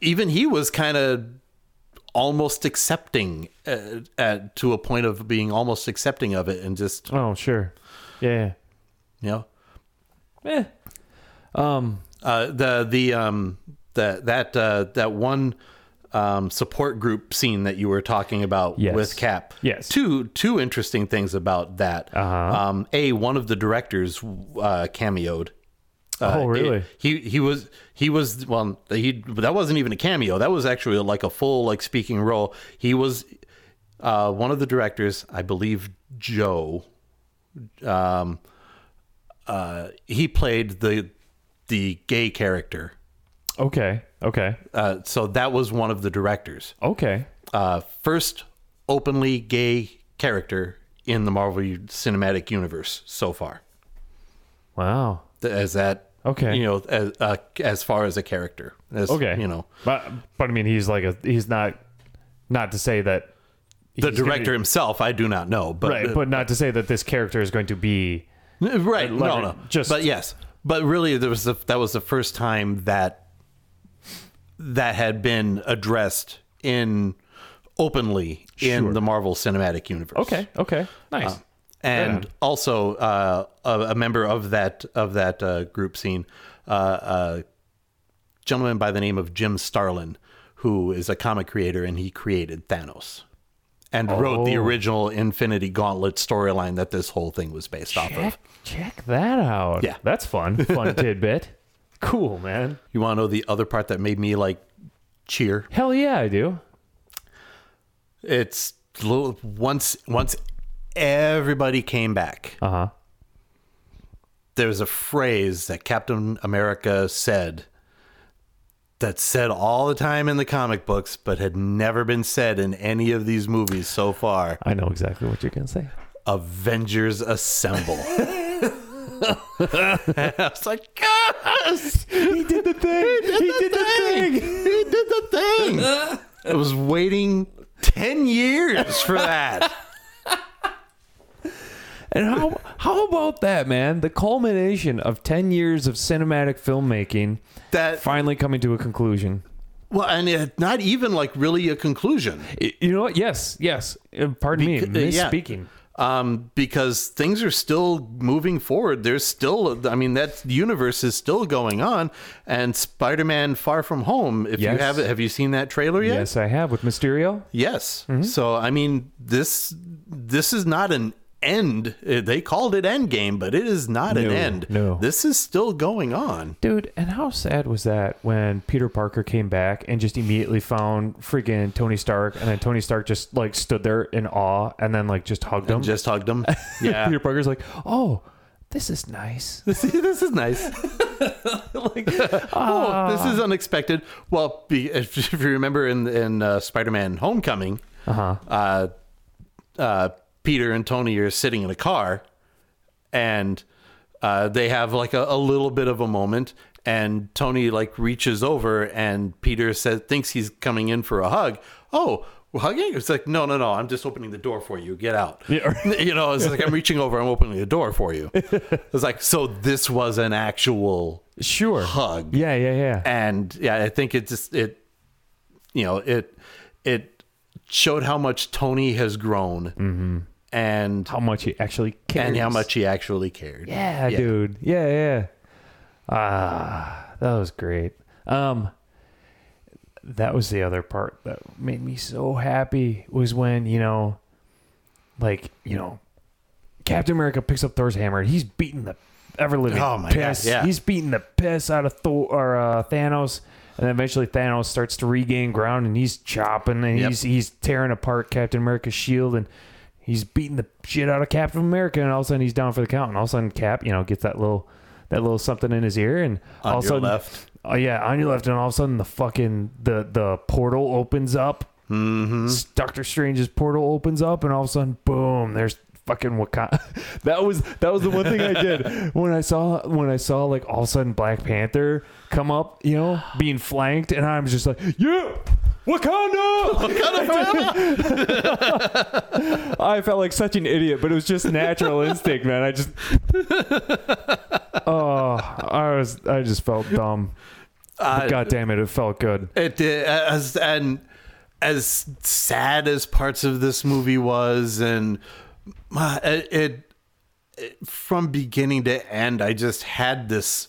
Speaker 2: even he was kind of almost accepting uh, at, to a point of being almost accepting of it and just
Speaker 1: oh sure yeah
Speaker 2: you know
Speaker 1: eh. um
Speaker 2: uh, the the um the, that uh, that one um, support group scene that you were talking about
Speaker 1: Yes.
Speaker 2: with Cap.
Speaker 1: Yes.
Speaker 2: Two two interesting things about that.
Speaker 1: Uh-huh.
Speaker 2: Um, a one of the directors uh, cameoed.
Speaker 1: Oh, really?
Speaker 2: he he was he was well he that wasn't even a cameo. That was actually like a full like speaking role. He was uh, one of the directors, I believe, Joe. Um, uh, he played the the gay character.
Speaker 1: Okay. Okay.
Speaker 2: Uh, so that was one of the directors.
Speaker 1: Okay.
Speaker 2: Uh, first openly gay character in the Marvel U- Cinematic Universe so far.
Speaker 1: Wow.
Speaker 2: Th- As that
Speaker 1: Okay.
Speaker 2: you know, as uh, as far as a character, as,
Speaker 1: Okay.
Speaker 2: you know,
Speaker 1: But but I mean, he's like a he's not not to say that
Speaker 2: the
Speaker 1: he's gonna
Speaker 2: director himself, I do not know, but uh,
Speaker 1: be, right, but not to say that this character is going to be like,
Speaker 2: Right. no, no.
Speaker 1: just-
Speaker 2: Just but yes. But really, there was the, that was the first time that that had been addressed in openly in
Speaker 1: Sure.
Speaker 2: the Marvel Cinematic Universe.
Speaker 1: okay. Okay. Nice.
Speaker 2: And
Speaker 1: Right
Speaker 2: also uh, a, a member of that of that uh, group scene, uh, a gentleman by the name of Jim Starlin, who is a comic creator, and he created Thanos. And wrote the
Speaker 1: Oh.
Speaker 2: original Infinity Gauntlet storyline that this whole thing was based off of.
Speaker 1: check check that out.
Speaker 2: Yeah.
Speaker 1: That's fun. Fun tidbit. Cool, man.
Speaker 2: You want to know the other part that made me like cheer?
Speaker 1: Hell yeah, I do.
Speaker 2: It's little, once once everybody came back.
Speaker 1: Uh huh.
Speaker 2: There's a phrase that Captain America said that's said all the time in the comic books, but had never been said in any of these movies so far.
Speaker 1: I know exactly what you're gonna say.
Speaker 2: Avengers assemble. I was like, yes!
Speaker 1: He did the thing. He did,
Speaker 2: He did the thing. I was waiting 10 years for that.
Speaker 1: And how how about that, man? The culmination of ten years of cinematic filmmaking
Speaker 2: That
Speaker 1: finally coming to a conclusion.
Speaker 2: Well, and it, not even like really a conclusion,
Speaker 1: Y- You know what? Yes, yes. Uh, Pardon me,
Speaker 2: Becau- yeah.
Speaker 1: misspeaking.
Speaker 2: um, because things are still moving forward. There's still, I mean, that universe is still going on, and Spider-Man: Far From Home. If
Speaker 1: Yes.
Speaker 2: you have it, have you seen that trailer yet?
Speaker 1: Yes, Mm-hmm. I have with Mysterio.
Speaker 2: Yes. So, I mean, this this is not an end. Uh, They called it Endgame, but it is not
Speaker 1: No,
Speaker 2: an end.
Speaker 1: no.
Speaker 2: this is still going on.
Speaker 1: Dude, and how sad was that when Peter Parker came back and just immediately found freaking Tony Stark, and then Tony Stark just like stood there in awe and then like just hugged him.
Speaker 2: Just hugged them. Yeah.
Speaker 1: Peter Parker's like, oh, this is nice.
Speaker 2: this is nice.
Speaker 1: like,
Speaker 2: oh, this is unexpected. Well, be, if, if you remember in in uh, Spider-Man: Homecoming, uh-huh. uh, uh, Peter and Tony are sitting in a car, and uh, they have like a, a little bit of a moment, and Tony like reaches over, and Peter says thinks he's coming in for a hug. Oh. Hugging? It's like no, no, no. I'm just opening the door for you. Get out.
Speaker 1: Yeah.
Speaker 2: You know, it's like I'm reaching over. I'm opening the door for you. It's like so. This was an actual
Speaker 1: sure.
Speaker 2: hug
Speaker 1: Yeah, yeah, yeah.
Speaker 2: and yeah i think it just it you know it it showed how much tony has grown and
Speaker 1: how much he actually cares.
Speaker 2: and how much he actually cared
Speaker 1: Yeah, dude. Yeah, yeah. Ah, that was great. Um, that was the other part that made me so happy was when you know, like you know, Captain America picks up Thor's hammer. He's beating the ever living
Speaker 2: Oh my God,
Speaker 1: piss.
Speaker 2: yeah.
Speaker 1: He's beating the piss out of Thor or uh, Thanos. And then eventually Thanos starts to regain ground and he's chopping and
Speaker 2: Yep.
Speaker 1: he's he's tearing apart Captain America's shield and he's beating the shit out of Captain America and all of a sudden he's down for the count and all of a sudden Cap, you know, gets that little that little something in his ear and
Speaker 2: on
Speaker 1: all of a
Speaker 2: your
Speaker 1: sudden
Speaker 2: left
Speaker 1: Oh yeah, on your left, and all of a sudden the fucking the the portal opens up. Mm-hmm. Doctor Strange's portal opens up, and all of a sudden, boom! There's fucking Wakanda. that was that was the one thing I did when I saw when I saw like all of a sudden Black Panther come up, you know, being flanked, and I'm just like, yeah, Wakanda. I felt like such an idiot, but it was just natural instinct, man. I just, oh, I was I just felt dumb.
Speaker 2: uh,
Speaker 1: God damn it, it felt good.
Speaker 2: it uh, as and as sad as parts of this movie was and my it, it, it from beginning to end i just had this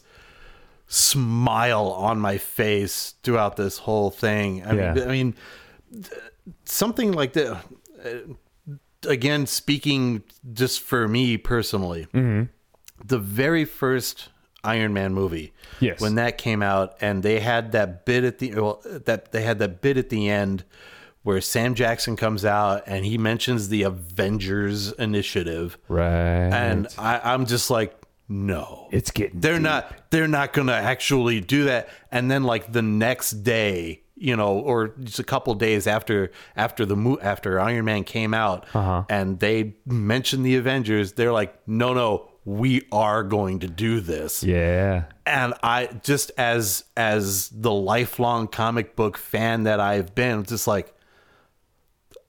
Speaker 2: smile on my face throughout this whole thing i
Speaker 1: Yeah.
Speaker 2: mean i mean th- something like that uh, again speaking just for me personally the very first Iron Man movie.
Speaker 1: Yes.
Speaker 2: When that came out, and they had that bit at the well, that they had that bit at the end where Sam Jackson comes out and he mentions the Avengers Initiative,
Speaker 1: Right.
Speaker 2: and I, I'm just like, no,
Speaker 1: it's getting
Speaker 2: they're not they're not gonna actually do that and then like the next day you know or just a couple days after after the mo- after iron man came out
Speaker 1: Uh-huh.
Speaker 2: and they mentioned the avengers they're like no no we are going to do this
Speaker 1: Yeah.
Speaker 2: and i just as as the lifelong comic book fan that i've been just like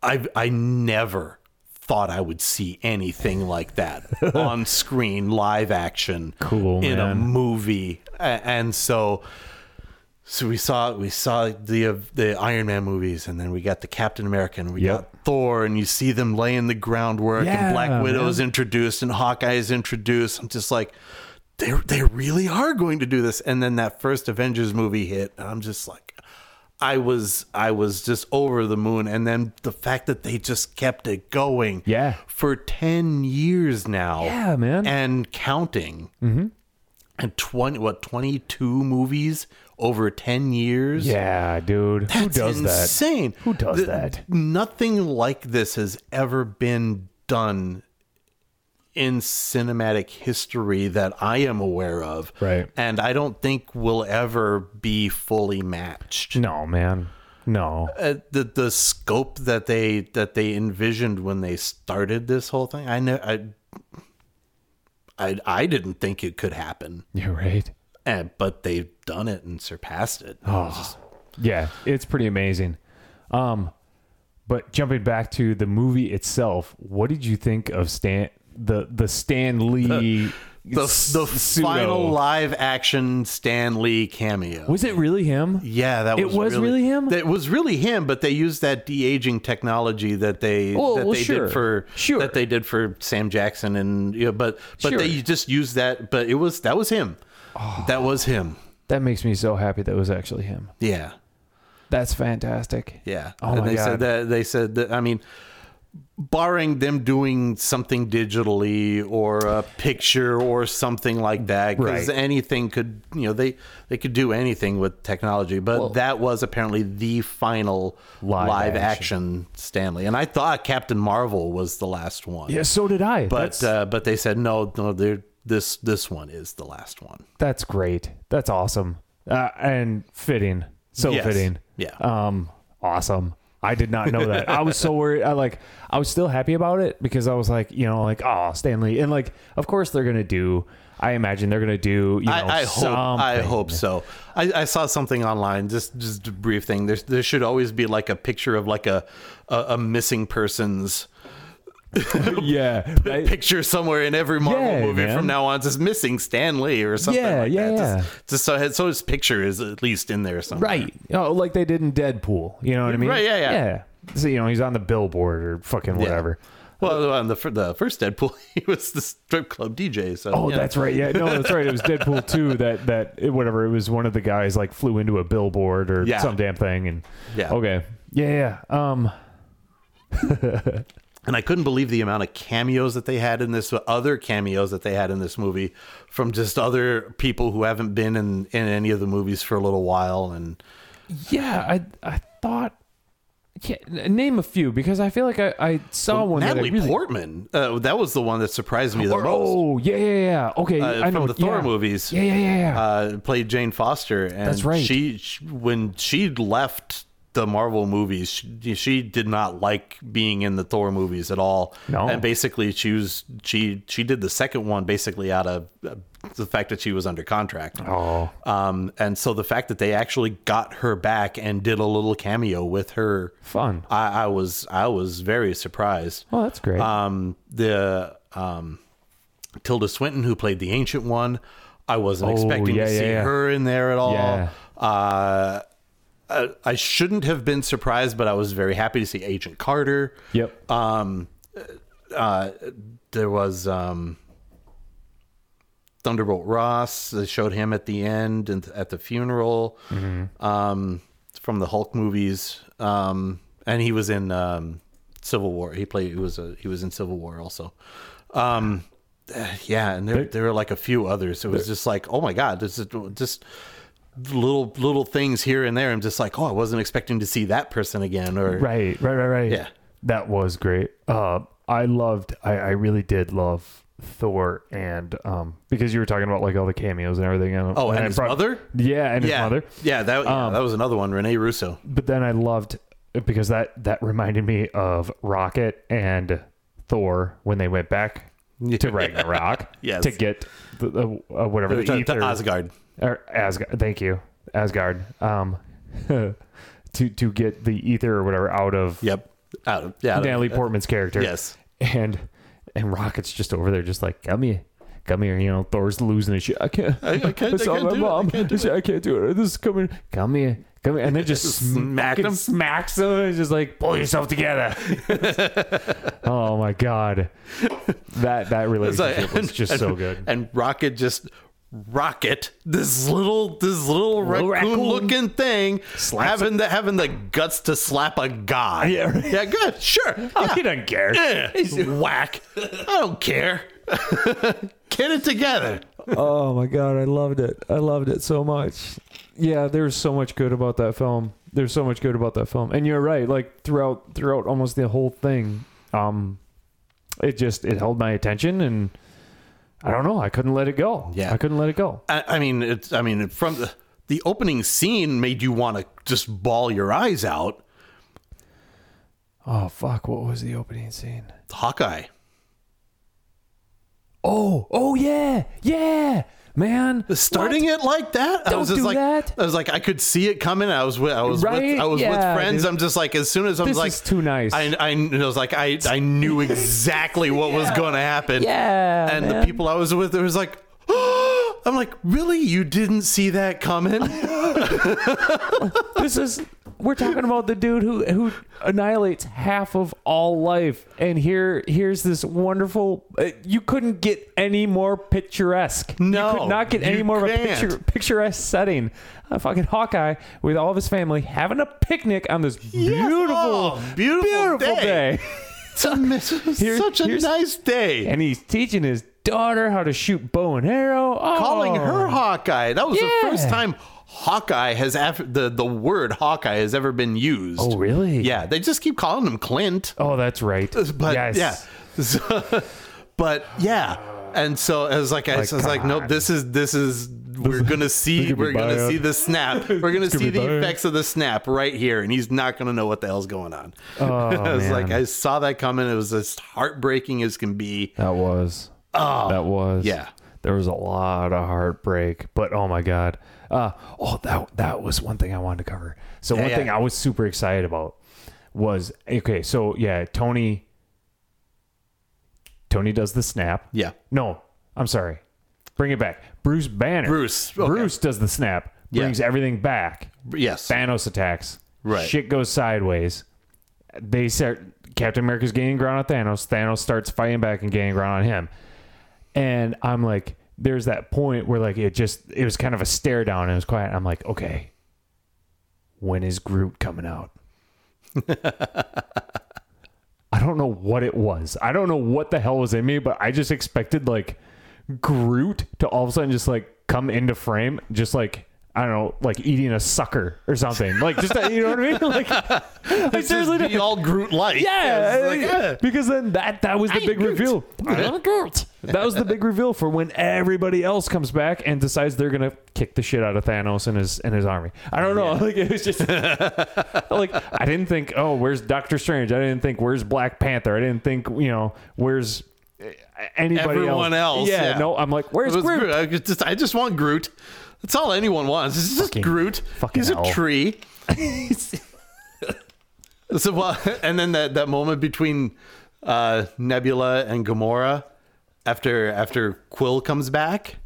Speaker 2: i i never thought i would see anything like that on screen live action
Speaker 1: Cool,
Speaker 2: in a
Speaker 1: man.
Speaker 2: movie A- and so so we saw we saw the uh, the Iron Man movies, and then we got the Captain America, and we
Speaker 1: Yep.
Speaker 2: got Thor, and you see them laying the groundwork,
Speaker 1: Yeah,
Speaker 2: and Black Widow's introduced, and Hawkeye's introduced. I'm just like, they they really are going to do this. And then that first Avengers movie hit, and I'm just like, I was I was just over the moon. And then the fact that they just kept it going,
Speaker 1: Yeah.
Speaker 2: for ten years now,
Speaker 1: Yeah, man. Mm-hmm.
Speaker 2: and counting and 20 what 22 movies over 10 years
Speaker 1: Yeah, dude. Who
Speaker 2: That's
Speaker 1: does that?
Speaker 2: insane
Speaker 1: Who does that?
Speaker 2: nothing like this has ever been done in cinematic history that i am aware of
Speaker 1: Right.
Speaker 2: and i don't think will ever be fully matched
Speaker 1: No, man. No.
Speaker 2: uh, the the scope that they that they envisioned when they started this whole thing i know i i, I didn't think it could happen
Speaker 1: You're right.
Speaker 2: and but they've done it and surpassed it.
Speaker 1: Oh,
Speaker 2: I was just-
Speaker 1: Yeah, it's pretty amazing. Um, but jumping back to the movie itself, what did you think of Stan the the Stan Lee
Speaker 2: the
Speaker 1: s-
Speaker 2: the
Speaker 1: pseudo-
Speaker 2: final live action Stan Lee cameo.
Speaker 1: Was it really him?
Speaker 2: yeah, that
Speaker 1: It
Speaker 2: was
Speaker 1: was really him?
Speaker 2: That was really him, but they used that de aging technology that they
Speaker 1: Oh,
Speaker 2: that
Speaker 1: well,
Speaker 2: they
Speaker 1: sure.
Speaker 2: did for
Speaker 1: Sure.
Speaker 2: that they did for Sam Jackson and you know, but but
Speaker 1: Sure. Oh.
Speaker 2: they just used that. But it was that was him. That was him.
Speaker 1: That makes me so happy that was actually him.
Speaker 2: Yeah.
Speaker 1: That's fantastic.
Speaker 2: Yeah.
Speaker 1: Oh
Speaker 2: and
Speaker 1: my
Speaker 2: they
Speaker 1: God.
Speaker 2: said that they said that I mean barring them doing something digitally or a picture or something like that because
Speaker 1: Right.
Speaker 2: anything could you know they they could do anything with technology but that was apparently the final
Speaker 1: Live
Speaker 2: live, action. stanley and i thought captain marvel was the last one
Speaker 1: Yeah, so did I.
Speaker 2: but
Speaker 1: that's,
Speaker 2: uh, but they said no no they're this this one is the last one
Speaker 1: that's great. That's awesome. Uh, and fitting. So
Speaker 2: Yes.
Speaker 1: fitting.
Speaker 2: Yeah.
Speaker 1: Um, awesome. I did not know that. I was so worried. I like. I was still happy about it because I was like, you know, like, oh, Stanley, and like, of course they're gonna do. I imagine they're gonna do. You know,
Speaker 2: I, I hope I
Speaker 1: something.
Speaker 2: hope so. I, I saw something online, just just a brief thing. There's, there should always be like a picture of like a a, a missing person's
Speaker 1: Yeah. right?
Speaker 2: picture somewhere in every Marvel
Speaker 1: Yeah,
Speaker 2: movie
Speaker 1: man.
Speaker 2: from now on. Just missing Stan Lee or something
Speaker 1: Yeah,
Speaker 2: like
Speaker 1: yeah,
Speaker 2: that.
Speaker 1: yeah.
Speaker 2: Just, just so so his picture is at least in there somewhere.
Speaker 1: Right. Oh, like they did in Deadpool. You know what I mean?
Speaker 2: Right, yeah, yeah.
Speaker 1: Yeah. So you know he's on the billboard or fucking whatever.
Speaker 2: Well, on the fir- the first Deadpool, he was the strip club DJ. So
Speaker 1: Oh,
Speaker 2: you know.
Speaker 1: that's right. Yeah, no, that's right. It was Deadpool two that that it- whatever. It was one of the guys like flew into a billboard or
Speaker 2: Yeah.
Speaker 1: some damn thing, and
Speaker 2: Yeah.
Speaker 1: okay, yeah, yeah. Um,
Speaker 2: And I couldn't believe the amount of cameos that they had in this, other cameos that they had in this movie from just other people who haven't been in, in any of the movies for a little while. And
Speaker 1: yeah, I I thought. Yeah, n- name a few because I feel like I, I saw one that I
Speaker 2: Natalie
Speaker 1: really-
Speaker 2: Portman, uh, that was the one that surprised me the
Speaker 1: Or-
Speaker 2: most.
Speaker 1: oh yeah yeah yeah okay
Speaker 2: uh,
Speaker 1: I know
Speaker 2: from the Thor
Speaker 1: yeah.
Speaker 2: movies.
Speaker 1: yeah yeah yeah yeah
Speaker 2: Uh, played Jane Foster. And
Speaker 1: That's right.
Speaker 2: She, she- when she left the Marvel movies, she, she did not like being in the Thor movies at all.
Speaker 1: No.
Speaker 2: And basically, she was she she did the second one basically out of uh, the fact that she was under contract.
Speaker 1: oh
Speaker 2: Um, and so the fact that they actually got her back and did a little cameo with her,
Speaker 1: fun
Speaker 2: I, I was I was very surprised.
Speaker 1: oh that's great
Speaker 2: Um, the um, Tilda Swinton who played the ancient one, I wasn't
Speaker 1: Oh,
Speaker 2: expecting
Speaker 1: yeah,
Speaker 2: to
Speaker 1: yeah,
Speaker 2: see
Speaker 1: yeah.
Speaker 2: her in there at all.
Speaker 1: Yeah.
Speaker 2: Uh, I, I shouldn't have been surprised, but I was very happy to see Agent Carter.
Speaker 1: yep
Speaker 2: Um, uh, there was um, Thunderbolt Ross. They showed him at the end and at the funeral
Speaker 4: Mm-hmm.
Speaker 2: um, from the Hulk movies, um, and he was in um, Civil War. He played. He was a. He was in Civil War also. Um, yeah, and there, there were like a few others. It was just like, oh my god, this is just little little things here and there. I'm just like, oh, I wasn't expecting to see that person again. Or
Speaker 4: Right, right, right, right.
Speaker 2: Yeah.
Speaker 4: That was great. Uh, I loved, I, I really did love Thor and, um, because you were talking about like all the cameos and everything. And,
Speaker 2: oh, and,
Speaker 4: I
Speaker 2: his
Speaker 4: prob-
Speaker 2: mother.
Speaker 4: Yeah, and
Speaker 2: Yeah,
Speaker 4: his mother. Um,
Speaker 2: yeah, that yeah, that was another one, Rene Russo.
Speaker 4: But then I loved, because that, that reminded me of Rocket and Thor when they went back to Ragnarok
Speaker 2: Yes.
Speaker 4: to get the, the uh, whatever the,
Speaker 2: To, to
Speaker 4: ether-
Speaker 2: Asgard.
Speaker 4: or Asgard. Thank you, Asgard. Um, to to get the ether or whatever out of
Speaker 2: Yep. Out, yeah. out of-
Speaker 4: Natalie Portman's character.
Speaker 2: Yes.
Speaker 4: and and Rocket's just over there, just like come here, come here. You know, Thor's losing his shit. I can't.
Speaker 2: I- I can't- I
Speaker 4: saw
Speaker 2: can't
Speaker 4: my
Speaker 2: do it. I
Speaker 4: mom.
Speaker 2: can't do
Speaker 4: said, I can't do it. This is coming. Come here, come here. And then just
Speaker 2: Smacked
Speaker 4: fucking
Speaker 2: him.
Speaker 4: Smacks him. And just like pull yourself together. oh my god, that that
Speaker 2: like-
Speaker 4: relationship was just so good.
Speaker 2: And Rocket just rocket this little this little, raccoon,
Speaker 4: raccoon.
Speaker 2: looking thing having the having the guts to slap a guy. Yeah, yeah, good, sure.
Speaker 4: Oh, he doesn't care.
Speaker 2: Yeah. Whack. I don't care. Get it together.
Speaker 1: oh my god, I loved it. I loved it so much. Yeah, there's so much good about that film. There's so much good about that film. And you're right, like throughout throughout almost the whole thing, um it just it held my attention and I don't know, I couldn't let it go.
Speaker 2: Yeah.
Speaker 1: I couldn't let it go.
Speaker 2: I, I mean, it's. I mean, from the, the opening scene made you want to just bawl your eyes out.
Speaker 1: Oh fuck, what was the opening scene?
Speaker 2: Hawkeye.
Speaker 1: Oh, oh yeah. Yeah. Man,
Speaker 2: starting it like that. I
Speaker 1: Don't
Speaker 2: was just
Speaker 1: do
Speaker 2: like,
Speaker 1: that.
Speaker 2: I was like, I could see it coming. I was with, I was
Speaker 1: Right?
Speaker 2: with, I was
Speaker 1: Yeah,
Speaker 2: with friends.
Speaker 1: dude.
Speaker 2: I'm just like, as soon as I was
Speaker 1: This
Speaker 2: like,
Speaker 1: is too nice.
Speaker 2: I, I, I was like, I, I knew exactly what was going to happen.
Speaker 1: Yeah,
Speaker 2: and the
Speaker 1: man.
Speaker 2: people I was with, it was like, I'm like, really? You didn't see that coming?
Speaker 1: this is we're talking about the dude who who annihilates half of all life and here here's this wonderful uh, you couldn't get any more picturesque
Speaker 2: No,
Speaker 1: you could not get
Speaker 2: you
Speaker 1: any more of a
Speaker 2: can't.
Speaker 1: picture, picturesque setting a fucking hawkeye with all of his family having a picnic on this beautiful
Speaker 2: Oh, beautiful day.
Speaker 1: day.
Speaker 2: It's a- it's
Speaker 1: Here-
Speaker 2: such a
Speaker 1: here's-
Speaker 2: nice day.
Speaker 1: and he's teaching his daughter how to shoot bow and arrow oh,
Speaker 2: calling her Hawkeye. That was the
Speaker 1: Yeah.
Speaker 2: first time Hawkeye has af- the the word Hawkeye has ever been used.
Speaker 1: oh really
Speaker 2: Yeah, they just keep calling him Clint.
Speaker 4: Oh, that's right.
Speaker 2: But yeah, So- but yeah, and so I was like, I was like, nope. This is this is we're gonna see
Speaker 4: could be
Speaker 2: we're gonna
Speaker 4: bad.
Speaker 2: see the snap. We're gonna see
Speaker 4: be
Speaker 2: the
Speaker 4: bad.
Speaker 2: effects of the snap right here, and he's not gonna know what the hell's going on. I was like,
Speaker 4: man.
Speaker 2: I saw that coming. It was as heartbreaking as can be.
Speaker 4: That was. that was.
Speaker 2: Oh, yeah.
Speaker 4: There was a lot of heartbreak, but oh my god. Uh, oh that that was one thing I wanted to cover. So one
Speaker 2: yeah.
Speaker 4: thing I was super excited about was okay, so yeah, Tony Tony does the snap.
Speaker 2: Yeah.
Speaker 4: No, I'm sorry. Bring it back. Bruce Banner.
Speaker 2: Bruce, okay.
Speaker 4: Bruce does the snap.
Speaker 2: Yeah.
Speaker 4: Brings everything back.
Speaker 2: Yes.
Speaker 4: Thanos attacks.
Speaker 2: Right.
Speaker 4: Shit goes sideways. They start Captain America's gaining ground on Thanos. Thanos starts fighting back and gaining ground on him. And I'm like, there's that point where like it just it was kind of a stare down and it was quiet. I'm like, okay, when is Groot coming out? I don't know what it was. I don't know what the hell was in me, but I just expected like Groot to all of a sudden just like come into frame, just like I don't know, like eating a sucker or something. Like just that, you know what I mean? Like I seriously
Speaker 2: Just be
Speaker 4: didn't-
Speaker 2: all Groot like.
Speaker 1: Yeah,
Speaker 2: like, yeah.
Speaker 1: because then that that was the big reveal. That was the big reveal for when everybody else comes back and decides they're gonna kick the shit out of Thanos and his and his army. I don't know. Like it was just like I didn't think. Oh, where's Doctor Strange? I didn't think. Where's Black Panther? I didn't think. You know, where's eh, anybody
Speaker 2: Everyone else,
Speaker 1: Yeah,
Speaker 2: yeah.
Speaker 1: No, I'm like, where's
Speaker 2: It was
Speaker 1: Groot?
Speaker 2: Groot. I just, I just want Groot. That's all anyone wants. It's just Groot.
Speaker 4: fucking
Speaker 2: He's
Speaker 4: hell.
Speaker 2: a tree. so, well, and then that, that moment between uh, Nebula and Gamora after after Quill comes back.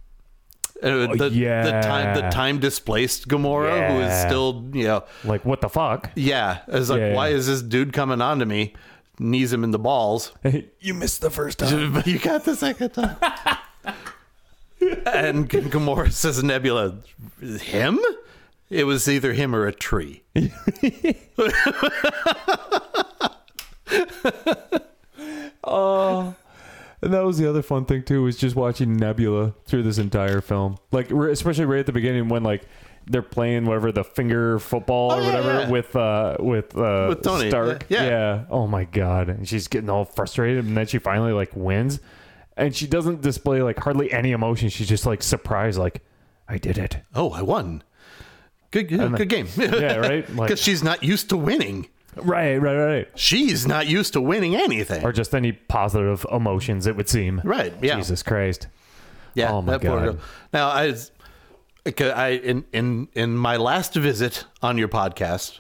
Speaker 2: Uh, the, the
Speaker 4: Oh, yeah.
Speaker 2: time the time displaced Gamora, who is
Speaker 4: Yeah.
Speaker 2: still you know
Speaker 4: Like what the fuck?
Speaker 2: yeah, is like
Speaker 4: Yeah, yeah.
Speaker 2: why is this dude coming on to me? Knees him in the balls.
Speaker 1: You missed the first time.
Speaker 2: But you got the second time. and G- Gamora says Nebula, him? It was either him or a tree.
Speaker 1: Oh. And that was the other fun thing too was just watching Nebula through this entire film. Like re- especially right at the beginning when like they're playing whatever the finger football
Speaker 2: Oh,
Speaker 1: or
Speaker 2: yeah,
Speaker 1: whatever
Speaker 2: yeah.
Speaker 1: with uh with uh
Speaker 2: With Tony,
Speaker 1: Stark.
Speaker 2: yeah, yeah.
Speaker 1: Oh my god. And she's getting all frustrated and then she finally like wins and she doesn't display like hardly any emotion. She's just like surprised like I did it.
Speaker 2: Oh, I won. Good, good, good game.
Speaker 1: Yeah, right? Like
Speaker 2: Because she's not used to winning.
Speaker 1: right, right, right.
Speaker 2: She's not used to winning anything.
Speaker 1: Or just any positive emotions it would seem.
Speaker 2: Right, yeah.
Speaker 1: Jesus Christ.
Speaker 2: Yeah.
Speaker 1: Oh my
Speaker 2: that poor
Speaker 1: God.
Speaker 2: girl. Now I, was- 'cause I in in in my last visit on your podcast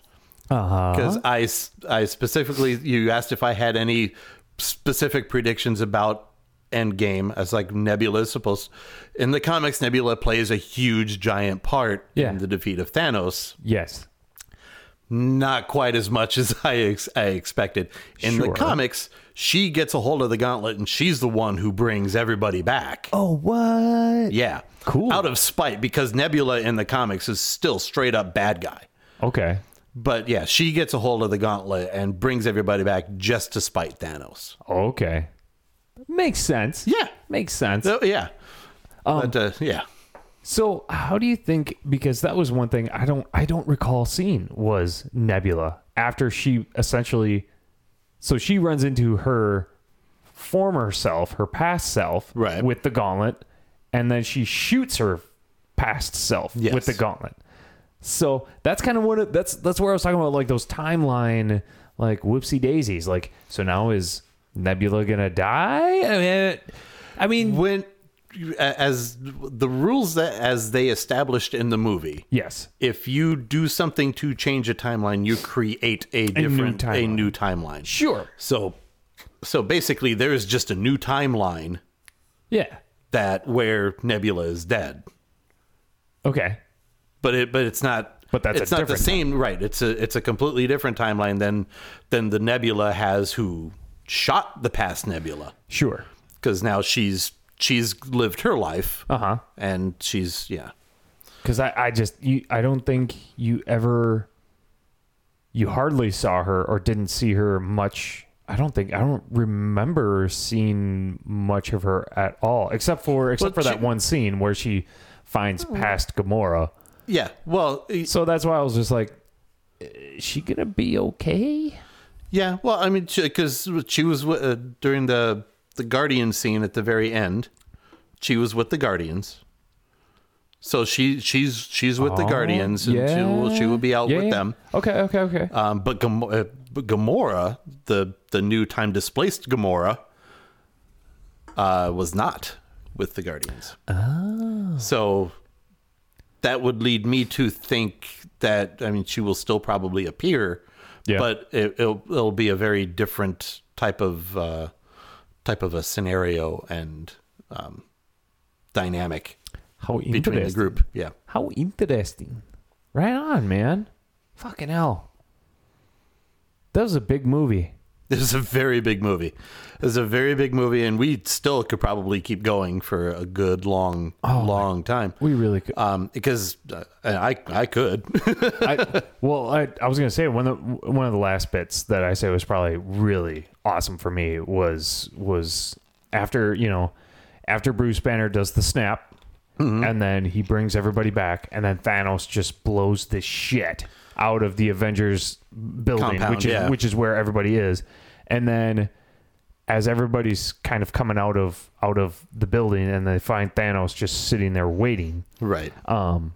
Speaker 1: Uh-huh.
Speaker 2: because I s- I specifically you asked if I had any specific predictions about Endgame. I was like Nebula is supposed in the comics Nebula plays a huge giant part
Speaker 1: Yeah.
Speaker 2: in the defeat of Thanos.
Speaker 1: Yes.
Speaker 2: Not quite as much as I ex- I expected. In the
Speaker 1: Sure.
Speaker 2: comics, she gets a hold of the gauntlet and she's the one who brings everybody back.
Speaker 1: Oh what?
Speaker 2: Yeah.
Speaker 1: Cool.
Speaker 2: Out of spite because Nebula in the comics is still straight up bad guy.
Speaker 1: Okay.
Speaker 2: But yeah, she gets a hold of the gauntlet and brings everybody back just to spite Thanos.
Speaker 1: Okay. Makes sense.
Speaker 2: Yeah.
Speaker 1: Makes sense.
Speaker 2: So yeah. but uh, yeah.
Speaker 1: So, how do you think because that was one thing I don't I don't recall seeing was Nebula after she essentially so she runs into her former self, her past self
Speaker 2: Right.
Speaker 1: with the gauntlet and then she shoots her past self
Speaker 2: Yes.
Speaker 1: with the gauntlet. So, that's kind of what it, that's that's where I was talking about like those timeline like whoopsie daisies like so now is Nebula going to die? I mean, I mean
Speaker 2: When as the rules that as they established in the movie,
Speaker 1: yes.
Speaker 2: if you do something to change a timeline, you create a different a
Speaker 1: timeline.
Speaker 2: new timeline.
Speaker 1: Sure.
Speaker 2: So so basically there is just a new timeline
Speaker 1: Yeah.
Speaker 2: that where Nebula is dead.
Speaker 1: Okay.
Speaker 2: but it but it's not
Speaker 1: But that's a
Speaker 2: it's not the
Speaker 1: different
Speaker 2: same right it's a it's a completely different timeline than than the nebula has who shot the past nebula
Speaker 1: Sure.
Speaker 2: because now she's she's lived her life
Speaker 1: Uh huh.
Speaker 2: and she's yeah
Speaker 1: Because I, I just, you, I don't think you ever, you hardly saw her or didn't see her much. I don't think I don't remember seeing much of her at all, except for except
Speaker 2: Well,
Speaker 1: for that
Speaker 2: she- Oh.
Speaker 1: one scene where she finds past Gamora.
Speaker 2: yeah well eh,
Speaker 1: So that's why I was just like, is she gonna be okay?
Speaker 2: yeah well i mean because she was wi- uh, during the the guardian scene at the very end she was with the guardians so she she's she's with the
Speaker 1: Oh,
Speaker 2: guardians and she will she will be out
Speaker 1: Yeah,
Speaker 2: with
Speaker 1: yeah.
Speaker 2: them
Speaker 1: Okay, okay, okay.
Speaker 2: Um, but, Gam- uh, but Gamora, the the new time displaced Gamora, uh, was not with the Guardians. Oh. So that would lead me to think that I mean she will still probably appear,
Speaker 1: Yeah.
Speaker 2: but it, it'll it'll be a very different type of uh, type of a scenario and um, dynamic
Speaker 1: How
Speaker 2: Uh, between the
Speaker 1: interesting.
Speaker 2: group. Yeah.
Speaker 1: How interesting. Right on, man. Fucking hell. That was a big movie.
Speaker 2: This is a very big movie. This is a very big movie, and we still could probably keep going for a good long,
Speaker 4: Oh,
Speaker 2: long time.
Speaker 1: We really could.
Speaker 2: Um, because uh, I, I could.
Speaker 4: I, well, I, I was gonna say one of the, one of the last bits that I say was probably really awesome for me was was after you know after Bruce Banner does the snap
Speaker 2: Mm-hmm.
Speaker 4: and then he brings everybody back and then Thanos just blows the shit out of the Avengers building,
Speaker 2: Compound,
Speaker 4: which is
Speaker 2: yeah.
Speaker 4: which is where everybody is, and then as everybody's kind of coming out of out of the building and they find Thanos just sitting there waiting
Speaker 2: right.
Speaker 4: um,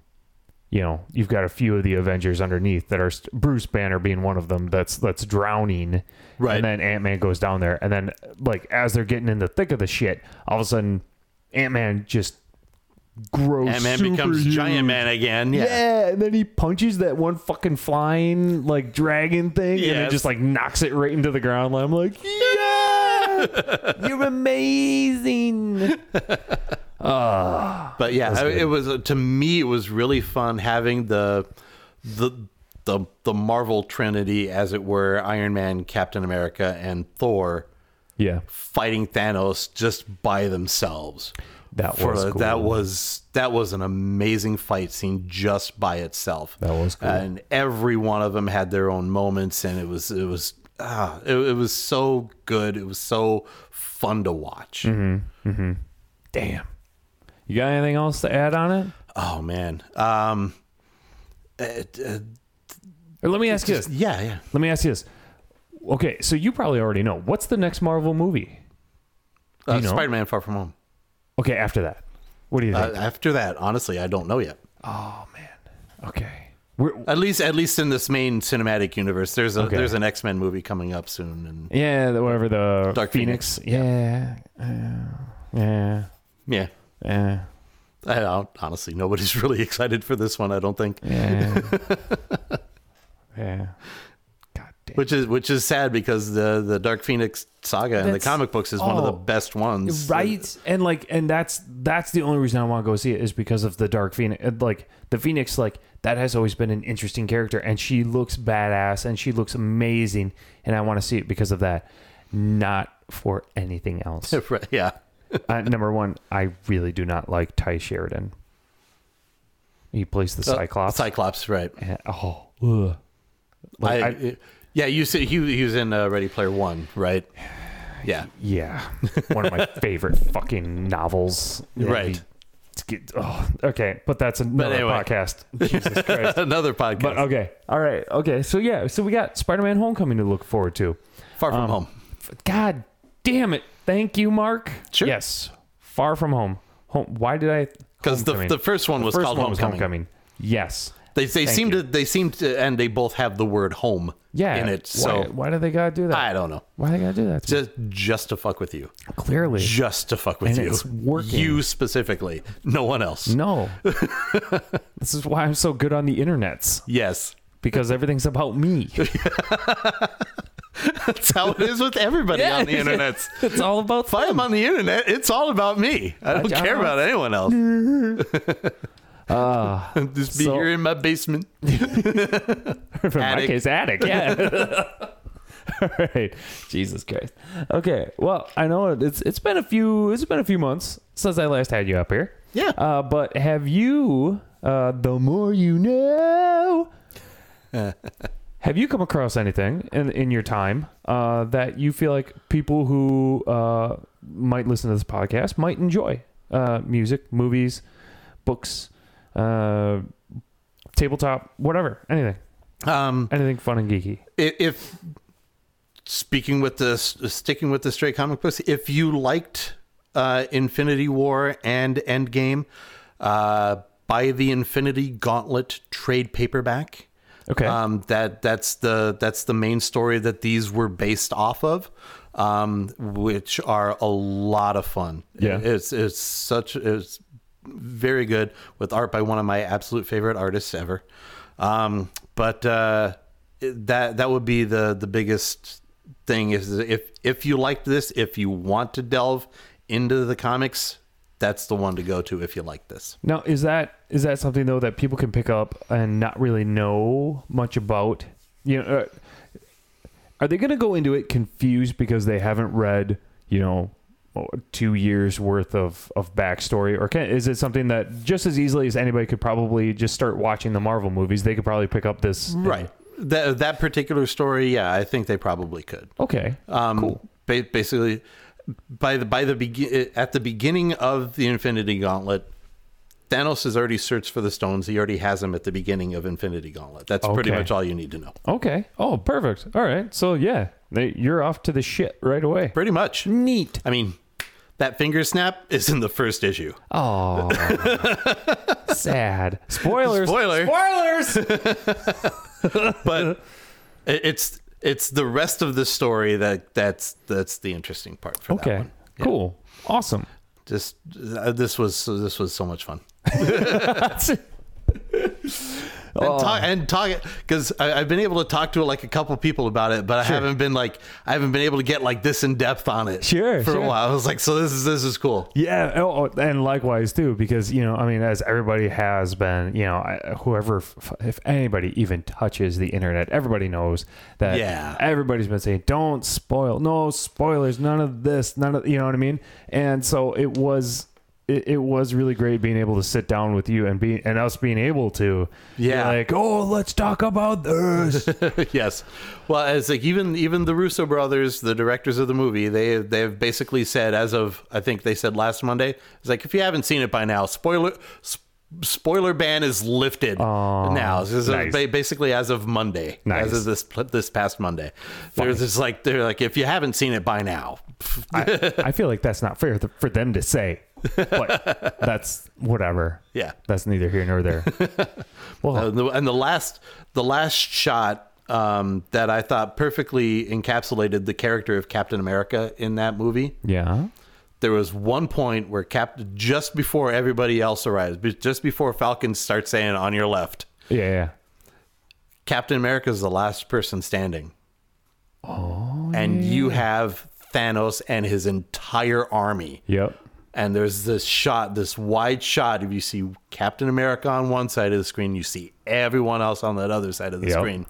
Speaker 4: you know, you've got a few of the Avengers underneath that are st- Bruce Banner being one of them that's that's drowning.
Speaker 2: Right.
Speaker 4: And then Ant Man goes down there, and then like as they're getting in the thick of the shit, all of a sudden Ant Man just grows.
Speaker 2: Ant Man
Speaker 4: super
Speaker 2: becomes
Speaker 4: huge.
Speaker 2: Giant Man again.
Speaker 4: Yeah.
Speaker 2: Yeah.
Speaker 4: and then he punches that one fucking flying like dragon thing, and it
Speaker 2: Yes.
Speaker 4: just like knocks it right into the ground. I'm like,
Speaker 1: You're amazing.
Speaker 2: But yeah, I- it was uh, to me it was really fun having the the the the Marvel Trinity, as it were, Iron Man, Captain America, and Thor
Speaker 1: yeah.
Speaker 2: fighting Thanos just by themselves.
Speaker 1: That
Speaker 2: for
Speaker 1: was
Speaker 2: the-
Speaker 1: cool.
Speaker 2: that was that was an amazing fight scene just by itself.
Speaker 1: That was cool.
Speaker 2: and every one of them had their own moments, and it was it was ah, it, it was so good. It was so fun to watch.
Speaker 1: Mm-hmm. Damn. You got anything else to add on it?
Speaker 2: Oh man. Um, it- it-
Speaker 1: Or let me ask you this.
Speaker 2: yeah, yeah.
Speaker 1: Let me ask you this. Okay, so you probably already know. What's the next Marvel movie? Do
Speaker 2: Uh,
Speaker 1: you know?
Speaker 2: Spider-Man: Far From Home.
Speaker 1: Okay, after that. What do you
Speaker 2: Uh,
Speaker 1: think?
Speaker 2: after that, honestly, I don't know yet.
Speaker 1: okay. We're,
Speaker 2: At least, at least in this main cinematic universe, there's a
Speaker 1: Okay.
Speaker 2: there's an X Men movie coming up soon, and
Speaker 1: yeah, the- whatever the
Speaker 2: Dark Phoenix.
Speaker 1: Yeah. Yeah. Yeah.
Speaker 2: yeah,
Speaker 1: Yeah.
Speaker 2: I don't, honestly, nobody's really excited for this one. I don't think,
Speaker 1: Yeah. yeah. God damn.
Speaker 2: which is which is sad because the the Dark Phoenix saga in the
Speaker 1: That's-
Speaker 2: comic books is one of the
Speaker 1: oh,
Speaker 2: best ones,
Speaker 1: right and like and that's that's the only reason i want to go see it is because of the dark phoenix and, like the phoenix like that has always been an interesting character and she looks badass and she looks amazing and i want to see it because of that not for anything else
Speaker 2: Right, yeah,
Speaker 1: uh, number one i really do not like ty sheridan he plays the
Speaker 2: Uh,
Speaker 1: cyclops
Speaker 2: Cyclops, right?
Speaker 1: And- oh ugh. Like,
Speaker 2: I,
Speaker 1: I-
Speaker 2: yeah, you said he he was in uh, Ready Player One, right? Yeah,
Speaker 1: Yeah, one of my favorite fucking novels. And
Speaker 2: Right.
Speaker 1: he- it's good- oh, okay, but that's another
Speaker 2: anyway.
Speaker 1: podcast. Jesus Christ.
Speaker 2: another podcast,
Speaker 1: But uh, okay, all right, okay. So yeah, so we got Spider-Man: Homecoming to look forward to.
Speaker 2: Far
Speaker 1: um,
Speaker 2: From Home.
Speaker 1: God damn it! Thank you, Mark.
Speaker 2: Sure.
Speaker 1: Yes. Far from home. Home. Why did I?
Speaker 2: Because the,
Speaker 1: Homecoming.
Speaker 2: the first one was
Speaker 1: first
Speaker 2: called
Speaker 1: one was
Speaker 2: Homecoming.
Speaker 1: Homecoming. Yes.
Speaker 2: They they
Speaker 1: Thank
Speaker 2: seem
Speaker 1: you.
Speaker 2: to they seem to and they both have the word home
Speaker 1: Yeah.
Speaker 2: in it. So
Speaker 1: why, why do they gotta do that?
Speaker 2: I don't know.
Speaker 1: why they gotta do that? to me?
Speaker 2: Just just to fuck with you.
Speaker 1: Clearly.
Speaker 2: Just to fuck with
Speaker 1: And
Speaker 2: you.
Speaker 1: it's working.
Speaker 2: You specifically. No one else.
Speaker 1: No. this is why I'm so good on the internets
Speaker 2: Yes.
Speaker 1: because everything's about me.
Speaker 2: That's how it is with everybody on the internet.
Speaker 1: It's all about
Speaker 2: If I am on the internet, it's all about me. I don't
Speaker 1: I- I
Speaker 2: care
Speaker 1: don't-
Speaker 2: about anyone else. Just be
Speaker 1: so-
Speaker 2: here in my basement.
Speaker 1: from my
Speaker 2: Attic.
Speaker 1: case, attic. Yeah. All right. Jesus Christ. Okay. Well, I know it- it's it's been a few it's been a few months since I last had you up here.
Speaker 2: Yeah.
Speaker 1: Uh, but have you? Uh, the more you know. have you come across anything in in your time uh, that you feel like people who uh, might listen to this podcast might enjoy? Uh, music, movies, books, uh, tabletop, whatever, anything.
Speaker 2: Um
Speaker 1: anything fun and geeky.
Speaker 2: i- if speaking with the sticking with the straight comic books, if you liked uh, Infinity War and Endgame, uh, buy the Infinity Gauntlet trade paperback.
Speaker 1: Okay.
Speaker 2: Um, that that's the that's the main story that these were based off of, um, which are a lot of fun.
Speaker 1: Yeah.
Speaker 2: it's it's such it's very good with art by one of my absolute favorite artists ever. Um, but uh, it- that that would be the the biggest thing is if if you liked this, if you want to delve into the comics, that's the one to go to if you like this.
Speaker 1: now, is that is that something though that people can pick up and not really know much about? You know, uh, are they going to go into it confused because they haven't read, you know, oh, two years worth of of backstory, or can, is it something that just as easily as anybody could probably just start watching the Marvel movies, they could probably pick up this?
Speaker 2: Right. That that particular story, yeah, I think they probably could.
Speaker 1: Okay.
Speaker 2: Um, ba- basically, by the by the be- at the beginning of the Infinity Gauntlet, Thanos has already searched for the stones. He already has them at the beginning of Infinity Gauntlet. That's pretty
Speaker 1: Okay.
Speaker 2: much all you need to know.
Speaker 1: Okay. Oh, perfect. All right. So yeah, they, you're off to the shit right away.
Speaker 2: Pretty much.
Speaker 1: Neat.
Speaker 2: I mean, that finger snap is in the first issue.
Speaker 1: Oh, sad. Spoilers.
Speaker 2: Spoiler.
Speaker 1: Spoilers.
Speaker 2: but it- it's it's the rest of the story that that's that's the interesting part for that
Speaker 1: Okay.
Speaker 2: one.
Speaker 1: Cool. Awesome.
Speaker 2: Just uh, this was this was so much fun.
Speaker 1: Oh.
Speaker 2: and talk and talk because I've been able to talk to like a couple people about it, but I haven't been like I haven't been able to get like this in depth on it.
Speaker 1: Sure,
Speaker 2: for
Speaker 1: sure.
Speaker 2: a while, I was like, so this is this is cool.
Speaker 1: Yeah, oh, oh, and likewise too, because you know, I mean, as everybody has been, you know, I- whoever, f- if anybody even touches the internet, everybody knows that.
Speaker 2: Yeah.
Speaker 1: everybody's been saying, "Don't spoil, no spoilers, none of this, none of," you know what I mean? And so it was it, it was really great being able to sit down with you and be and us being able to be
Speaker 2: Yeah.
Speaker 1: like oh let's talk about this
Speaker 2: yes. Well, as like even even the Russo brothers, the directors of the movie, they they have basically said as of I think they said last Monday, it's like if you haven't seen it by now, spoiler sp- spoiler ban is lifted now. So, so
Speaker 1: nice.
Speaker 2: ba- basically as of Monday,
Speaker 1: Nice.
Speaker 2: as of this this past Monday, they're just like they're like if you haven't seen it by now,
Speaker 1: I, I feel like that's not fair th- for them to say but that's whatever
Speaker 2: yeah.
Speaker 1: that's neither here nor there
Speaker 2: Uh, the- and the last the last shot um, that I thought perfectly encapsulated the character of Captain America in that movie.
Speaker 1: yeah
Speaker 2: there was one point where Cap just before everybody else arrives, be- just before Falcon starts saying on your left,
Speaker 1: yeah yeah
Speaker 2: Captain America is the last person standing. Oh. And you have Thanos and his entire army.
Speaker 1: yep
Speaker 2: And there's this shot, this wide shot. If you see Captain America on one side of the screen, you see everyone else on that other side of the
Speaker 1: Yep.
Speaker 2: screen.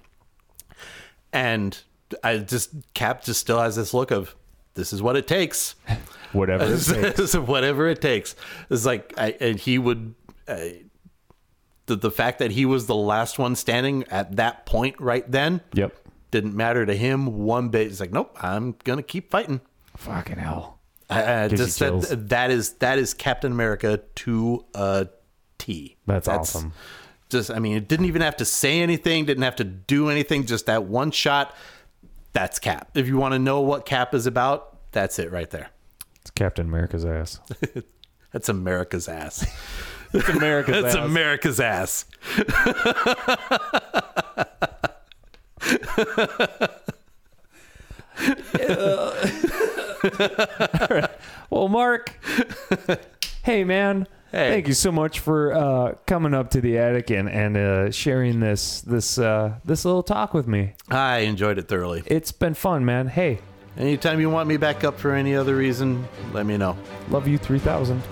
Speaker 2: And I just Cap just still has this look of this is what it takes.
Speaker 1: whatever it takes.
Speaker 2: So whatever it takes. It's like, I, and he would. Uh, the, the fact that he was the last one standing at that point right then
Speaker 1: yep
Speaker 2: didn't matter to him one bit. He's like, nope, I'm gonna keep fighting.
Speaker 1: fucking hell
Speaker 2: I- I
Speaker 1: Gives you
Speaker 2: Uh, just
Speaker 1: chills.
Speaker 2: that, that is that is Captain America to a T.
Speaker 1: That's awesome.
Speaker 2: Just I mean, it didn't even have to say anything, didn't have to do anything. Just that one shot. That's Cap. If you want to know what Cap is about, that's it right there.
Speaker 1: it's Captain America's ass
Speaker 2: That's America's ass.
Speaker 5: It's America's
Speaker 2: That's
Speaker 5: ass.
Speaker 2: America's ass.
Speaker 5: Well, Mark,
Speaker 1: hey man
Speaker 2: Hey.
Speaker 1: thank you so much for uh, coming up to the attic and, and uh, sharing this this uh, this little talk with me
Speaker 2: I enjoyed it thoroughly.
Speaker 1: it's been fun man hey
Speaker 2: Anytime you want me back up for any other reason, let me know.
Speaker 1: love you 3000